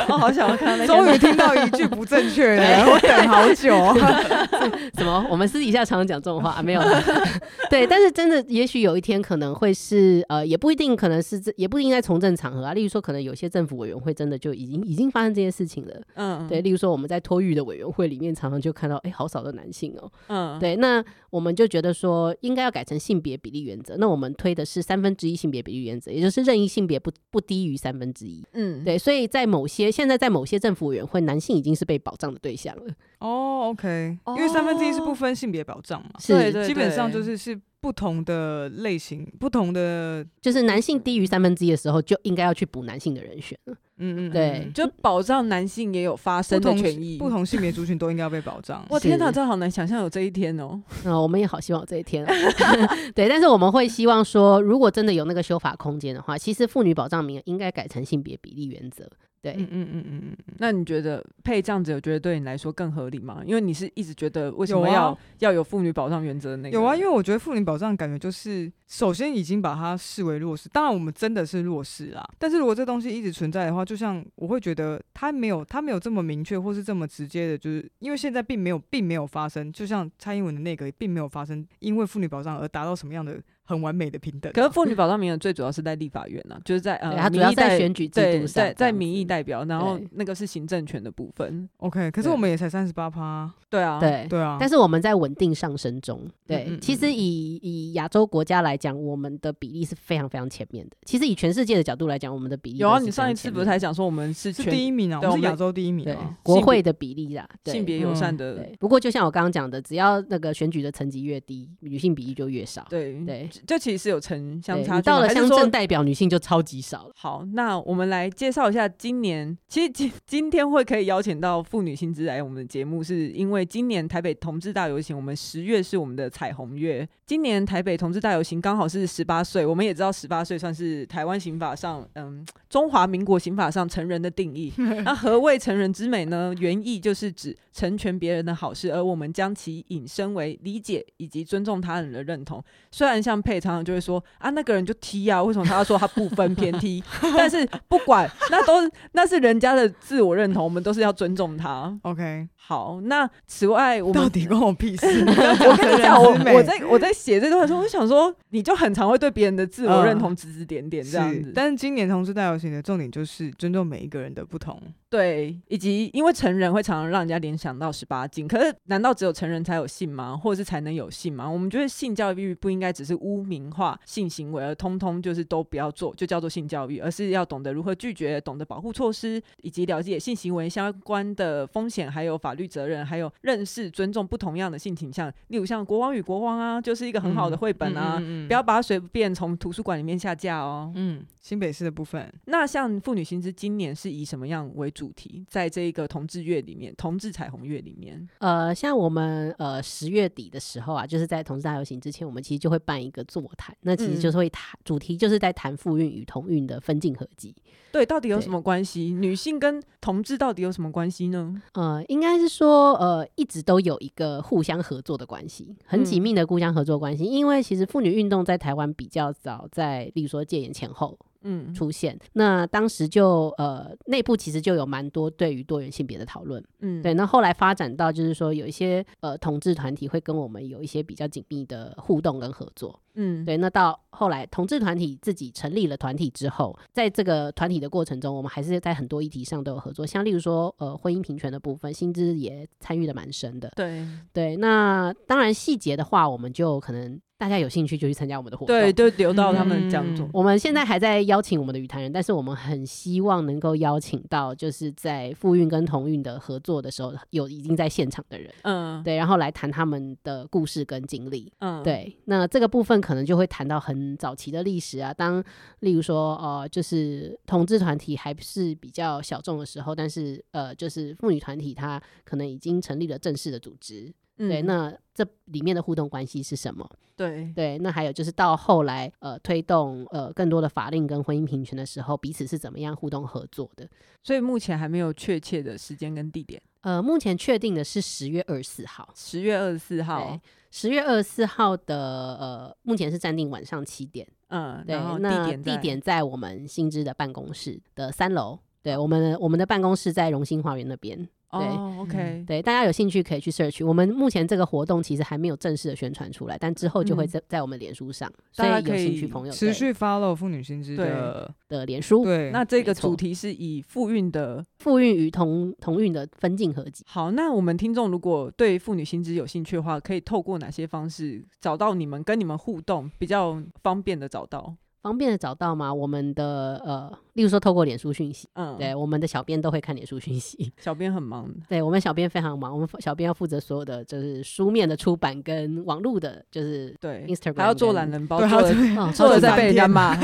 [SPEAKER 3] 我好想要看 到那
[SPEAKER 2] 终于听
[SPEAKER 3] 天。
[SPEAKER 2] 到一句不正确的，我等好久。哦
[SPEAKER 1] 什么？我们私底下常常讲这种话、啊没有啦？ 对，但是真的，也许有一天可能会是呃，也不一定，可能是这也不应该从政场合啊。例如说，可能有些政府委员会真的就已经已经发生这些事情了。
[SPEAKER 3] 嗯，
[SPEAKER 1] 对，，例如说我们在托育的委员会里面，常常就看到，哎、好少的男性哦、
[SPEAKER 3] 嗯，
[SPEAKER 1] 对，那我们就觉得说应该要改成性别比例原则。那我们推的是三分之一性别比例原则，也就是任意性别不不低于三分之一。
[SPEAKER 3] 嗯，
[SPEAKER 1] 对，所以在某些现在在某些政府委员会，男性已经是被保障的对象了。
[SPEAKER 2] 哦，OK，
[SPEAKER 3] 哦
[SPEAKER 2] 因为三分之一是不分性别保障嘛，
[SPEAKER 1] 是
[SPEAKER 3] 对，对
[SPEAKER 2] 基本上就
[SPEAKER 3] 对
[SPEAKER 2] 是是不同的类型、不同的，
[SPEAKER 1] 就是男性低于三分之一的时候，就应该要去补男性的人选。
[SPEAKER 2] 嗯嗯，
[SPEAKER 1] 对
[SPEAKER 2] 嗯
[SPEAKER 3] 就保障男性也有发
[SPEAKER 2] 不
[SPEAKER 3] 声的
[SPEAKER 2] 同
[SPEAKER 3] 权益。
[SPEAKER 2] 不，同性别族群都应该要被保障。
[SPEAKER 3] 我天哪，
[SPEAKER 1] 是
[SPEAKER 3] 这好难想象有这一天哦。
[SPEAKER 1] 啊、我们也好希望有这一天、啊。 对，但是我们会希望说，如果真的有那个修法空间的话，其实妇女保障名额应该改成性别比例原则。对，
[SPEAKER 2] 嗯嗯嗯嗯嗯，
[SPEAKER 3] 那你觉得配这样子，有觉得对你来说更合理吗？因为你是一直觉得为什么
[SPEAKER 2] 有啊
[SPEAKER 3] 要要有妇女保障原则的那个
[SPEAKER 2] 有啊，因为我觉得妇女保障感觉就是，首先已经把它视为弱势，当然我们真的是弱势啦。但是如果这东西一直存在的话，就像我会觉得它没有它没有这么明确或是这么直接的，就是因为现在并没有并没有发生，就像蔡英文的内阁也并没有发生，因为妇女保障而达到什么样的很完美的平等啊、
[SPEAKER 3] 可是妇女保障名额最主要是在立法院 啊，就是在呃，
[SPEAKER 1] 对，它主
[SPEAKER 3] 民
[SPEAKER 1] 要
[SPEAKER 3] 意
[SPEAKER 1] 在
[SPEAKER 3] 代
[SPEAKER 1] 选举制
[SPEAKER 3] 对
[SPEAKER 1] 度上这样
[SPEAKER 3] 在
[SPEAKER 1] 子，
[SPEAKER 3] 在民意代表，然后
[SPEAKER 1] 对
[SPEAKER 3] 那个是行政权的部分。
[SPEAKER 2] OK，可是
[SPEAKER 3] 对
[SPEAKER 2] 我们也才三十八趴，
[SPEAKER 3] 对啊，
[SPEAKER 1] 对。
[SPEAKER 2] 对啊，
[SPEAKER 1] 但
[SPEAKER 2] 是
[SPEAKER 1] 是我们在稳定上升中，对，
[SPEAKER 2] 嗯嗯
[SPEAKER 1] 其实以以亚洲国家来讲，我们的比例是非常非常前面的。其实以全世界的角度来讲，我们的比例
[SPEAKER 3] 有啊，
[SPEAKER 1] 都是
[SPEAKER 3] 你
[SPEAKER 1] 非常
[SPEAKER 3] 上一次
[SPEAKER 1] 前
[SPEAKER 3] 不是
[SPEAKER 1] 面
[SPEAKER 3] 才讲说我们是全
[SPEAKER 2] 第一名啊，
[SPEAKER 3] 对
[SPEAKER 2] 我们
[SPEAKER 3] 我
[SPEAKER 2] 是
[SPEAKER 3] 们
[SPEAKER 2] 亚洲第一名
[SPEAKER 1] 对
[SPEAKER 2] 啊。
[SPEAKER 1] 国
[SPEAKER 3] 哦性别
[SPEAKER 1] 会的比例啦，对
[SPEAKER 3] 性别友
[SPEAKER 2] 嗯
[SPEAKER 3] 善的
[SPEAKER 1] 对，不过就像我刚刚讲的，只要那个选举的层级越低，女性比例就越少。
[SPEAKER 3] 对
[SPEAKER 1] 对
[SPEAKER 3] 就其实有城乡
[SPEAKER 1] 对
[SPEAKER 3] 差
[SPEAKER 1] 你
[SPEAKER 3] 距吗
[SPEAKER 1] 到了
[SPEAKER 3] 还是
[SPEAKER 1] 乡
[SPEAKER 3] 说
[SPEAKER 1] 镇代表女性就超级少了。
[SPEAKER 3] 好，那我们来介绍一下今年。其实今今天会可以邀请到妇女新知来我们的节目，是因为今年台北同志大游行，我们十月是我们的彩虹月。今年台北同志大游行刚好是十八岁，我们也知道十八岁算是台湾刑法上，嗯，中华民国刑法上成人的定义。那何谓成人之美呢？原意就是指成全别人的好事，而我们将其引申为理解以及尊重他人的认同。虽然像佩常常就会说啊，那个人就踢啊，为什么他要说他不分偏踢？ 但是不管，那都是那是人家的自我认同，我们都是要尊重他。
[SPEAKER 2] OK，
[SPEAKER 3] 好，那此外我
[SPEAKER 2] 到
[SPEAKER 3] 们。
[SPEAKER 2] 底关我屁事？
[SPEAKER 3] 我跟你讲，我
[SPEAKER 2] 成人之美
[SPEAKER 3] 我在我在写这段的时候，我想说，你就很常会对别人的自我认同指指点点这样子
[SPEAKER 2] 是，，但是今年同志大游行的重点就是尊重每一个人的不同。
[SPEAKER 3] 对，以及因为成人会常常让人家联想到十八禁，可是难道只有成人才有性吗？或者是才能有性吗？我们觉得性教育不应该只是污名化性行为，而通通就是都不要做，就叫做性教育，而是要懂得如何拒绝，懂得保护措施，以及了解性行为相关的风险，还有法律责任，还有认识尊重不同样的性倾向。例如像《国王与国王》啊，就是一个很好的绘本啊，
[SPEAKER 2] 嗯
[SPEAKER 3] 不要，把它随便从图书馆里面下架哦。
[SPEAKER 2] 嗯，嗯新北市的部分，
[SPEAKER 3] 那像妇女薪资今年是以什么样为主题，在这一个同志月里面，同志彩虹月里面，
[SPEAKER 1] 呃，像我们呃十月底的时候啊，就是在同志大游行之前，我们其实就会办一个座谈，那其实
[SPEAKER 3] 嗯
[SPEAKER 1] 就是会谈、主题就是在谈妇运与同运的分镜合集。
[SPEAKER 3] 对，到底有
[SPEAKER 1] 对
[SPEAKER 3] 什么关系？女性跟同志到底有什么关系呢？
[SPEAKER 1] 呃，应该是说呃一直都有一个互相合作的关系，很紧
[SPEAKER 3] 嗯
[SPEAKER 1] 密的互相合作关系。因为其实妇女运动在台湾比较早在，例如说戒严前后
[SPEAKER 3] 嗯，
[SPEAKER 1] 出现，那当时就呃内部其实就有蛮多对于多元性别的讨论。
[SPEAKER 3] 嗯，
[SPEAKER 1] 对，，那后来发展到就是说有一些呃同志团体会跟我们有一些比较紧密的互动跟合作。
[SPEAKER 3] 嗯，
[SPEAKER 1] 对，那到后来同志团体自己成立了团体之后，在这个团体的过程中，我们还是在很多议题上都有合作，像例如说呃婚姻平权的部分，薪资也参与的蛮深的。
[SPEAKER 3] 对，
[SPEAKER 1] 对，那当然细节的话，我们就可能大家有兴趣就去参加我们的活动。
[SPEAKER 3] 对，就留到他们讲
[SPEAKER 2] 嗯
[SPEAKER 3] 座。
[SPEAKER 1] 我们现在还在邀请我们的语坛人，但是我们很希望能够邀请到，就是在复运跟同运的合作的时候，有已经在现场的人，
[SPEAKER 3] 嗯，，
[SPEAKER 1] 对，然后来谈他们的故事跟经历。
[SPEAKER 3] 嗯，，
[SPEAKER 1] 对，那这个部分可能就会谈到很早期的历史啊。当例如说，呃，就是同志团体还是比较小众的时候，但是呃，就是妇女团体它可能已经成立了正式的组织。
[SPEAKER 3] 嗯
[SPEAKER 1] 对，那这里面的互动关系是什么？
[SPEAKER 3] 对，
[SPEAKER 1] 对，那还有就是到后来呃推动呃更多的法令跟婚姻平权的时候，彼此是怎么样互动合作的？
[SPEAKER 3] 所以目前还没有确切的时间跟地点，
[SPEAKER 1] 呃，目前确定的是十月二十四号。
[SPEAKER 3] 十月二十四号
[SPEAKER 1] 对，，十月二十四号的呃，目前是暂定晚上七点。
[SPEAKER 3] 嗯，
[SPEAKER 1] 对
[SPEAKER 3] 然后，
[SPEAKER 1] 那
[SPEAKER 3] 地点在，
[SPEAKER 1] 在我们新知的办公室的三楼。对，我们的我们的办公室在荣兴花园那边。
[SPEAKER 3] 哦，OK，
[SPEAKER 2] 嗯
[SPEAKER 1] 对，大家有兴趣可以去 search。我们目前这个活动其实还没有正式的宣传出来，但之后就会
[SPEAKER 3] 嗯
[SPEAKER 1] 在、在我们脸书上，所
[SPEAKER 3] 大
[SPEAKER 1] 以
[SPEAKER 3] 家
[SPEAKER 1] 有
[SPEAKER 3] 可
[SPEAKER 1] 兴
[SPEAKER 3] 以
[SPEAKER 1] 趣朋友
[SPEAKER 2] 持
[SPEAKER 1] 对
[SPEAKER 2] 续 follow 妇女新知的，
[SPEAKER 1] 的脸书
[SPEAKER 2] 对，
[SPEAKER 3] 那这
[SPEAKER 1] 没
[SPEAKER 3] 个
[SPEAKER 1] 错
[SPEAKER 3] 主题是以妇运的
[SPEAKER 1] 妇运与同同运的分镜合集。
[SPEAKER 3] 好，那我们听众如果对妇女薪资有兴趣的话，可以透过哪些方式找到你们，跟你们互动比较方便的找到？
[SPEAKER 1] 方便的找到吗？我们的呃，例如说透过脸书讯息，
[SPEAKER 3] 嗯，
[SPEAKER 1] 对，，我们的小编都会看脸书讯息。
[SPEAKER 3] 小编很忙，
[SPEAKER 1] 对我们小编非常忙，我们小编要负责所有的就是书面的出版跟网络的， 就是
[SPEAKER 3] 对
[SPEAKER 1] Instagram
[SPEAKER 3] 还要做
[SPEAKER 1] 跟
[SPEAKER 3] 懒人包，
[SPEAKER 2] 对，
[SPEAKER 3] 做了
[SPEAKER 1] 哦
[SPEAKER 3] 做了
[SPEAKER 2] 在
[SPEAKER 3] 再被人家 骂，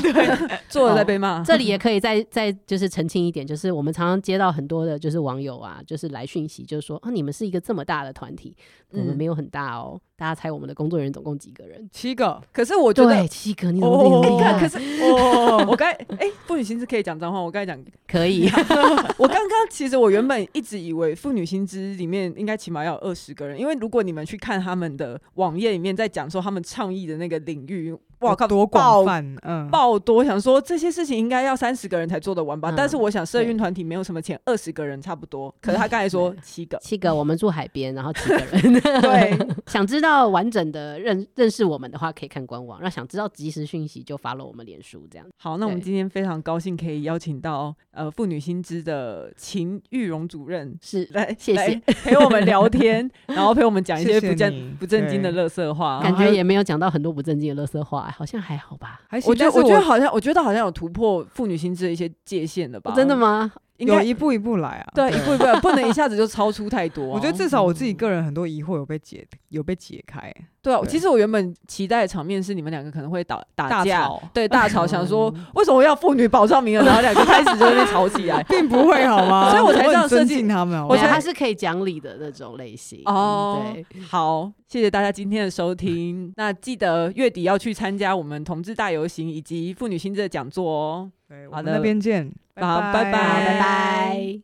[SPEAKER 3] 做了再被 骂，
[SPEAKER 1] 这里也可以再再就是澄清一点，就是我们常常接到很多的就是网友啊，就是来讯息，就是说啊，你们是一个这么大的团体，我们
[SPEAKER 3] 嗯
[SPEAKER 1] 没有很大哦，大家猜我们的工作人员总共几个人？
[SPEAKER 2] 七个，
[SPEAKER 3] 可是我觉得
[SPEAKER 1] 对，。七个，你怎么
[SPEAKER 2] 哦
[SPEAKER 1] 这么厉
[SPEAKER 3] 看，啊可
[SPEAKER 1] 害？
[SPEAKER 3] 是 我我刚才哎，妇女薪资可以讲脏话。我刚才讲，
[SPEAKER 1] 可以，
[SPEAKER 3] 我刚刚其实我原本一直以为妇女薪资里面应该起码要有二十个人，因为如果你们去看他们的网页里面在讲说他们倡议的那个领域，哇靠，
[SPEAKER 2] 多
[SPEAKER 3] 爆
[SPEAKER 2] 广泛，嗯，
[SPEAKER 3] 爆多，想说这些事情应该要三十个人才做得完吧？
[SPEAKER 1] 嗯
[SPEAKER 3] 但是我想社运团体没有什么钱，二十个人差不多。可是他刚才说七个，
[SPEAKER 1] 七个，我们住海边，然后七个人。
[SPEAKER 3] 对，
[SPEAKER 1] 想知道完整的认认识我们的话，可以看官网；那想知道即时讯息，就发了我们脸书这样。
[SPEAKER 3] 好，那我们
[SPEAKER 1] 对
[SPEAKER 3] 今天非常高兴可以邀请到呃妇女新知的秦玉荣主任
[SPEAKER 1] 是，
[SPEAKER 3] 来，
[SPEAKER 1] 谢谢
[SPEAKER 3] 来陪我们聊天，然后陪我们讲一些
[SPEAKER 2] 谢谢
[SPEAKER 3] 不正
[SPEAKER 2] 你
[SPEAKER 3] 不正经的
[SPEAKER 2] 对
[SPEAKER 3] 乐色话。
[SPEAKER 1] 感
[SPEAKER 2] 还
[SPEAKER 1] 觉
[SPEAKER 2] 有
[SPEAKER 1] 也没有讲到很多不正经的垃圾话，好像还好吧？
[SPEAKER 2] 还行，
[SPEAKER 3] 我觉得
[SPEAKER 2] 但是哦
[SPEAKER 3] 我觉得好像我觉得好像有突破妇女心智的一些界限了吧？
[SPEAKER 1] 真的？吗？
[SPEAKER 3] 应
[SPEAKER 2] 有
[SPEAKER 3] 该
[SPEAKER 2] 一步一步来啊。
[SPEAKER 3] 对，一步一步来，不能一下子就超出太多哦、
[SPEAKER 2] 我觉得至少我自己个人很多疑惑有被解，有被解开。
[SPEAKER 3] 对啊，
[SPEAKER 2] 对
[SPEAKER 3] 其实我原本期待的场面是你们两个可能会打打
[SPEAKER 2] 大
[SPEAKER 3] 架，
[SPEAKER 2] 吵。
[SPEAKER 3] 对大吵，想说为什么要妇女保障名额，然后两个开始就在那边吵起来
[SPEAKER 2] 并不会好吗？
[SPEAKER 3] 所以我才这样
[SPEAKER 2] 很尊
[SPEAKER 3] 设计
[SPEAKER 2] 敬他们好不
[SPEAKER 1] 我觉
[SPEAKER 2] 好。
[SPEAKER 3] 觉
[SPEAKER 1] 得
[SPEAKER 3] 得
[SPEAKER 1] 他是可以讲理的那种类型
[SPEAKER 3] 哦
[SPEAKER 1] 对，
[SPEAKER 3] 好，谢谢大家今天的收听。那记得月底要去参加我们同志大游行以及妇女心智的讲座哦。
[SPEAKER 2] 对我
[SPEAKER 3] 好
[SPEAKER 2] 们
[SPEAKER 3] 的
[SPEAKER 2] 那边见，
[SPEAKER 3] 好拜
[SPEAKER 1] 好，
[SPEAKER 3] 拜
[SPEAKER 1] 拜拜。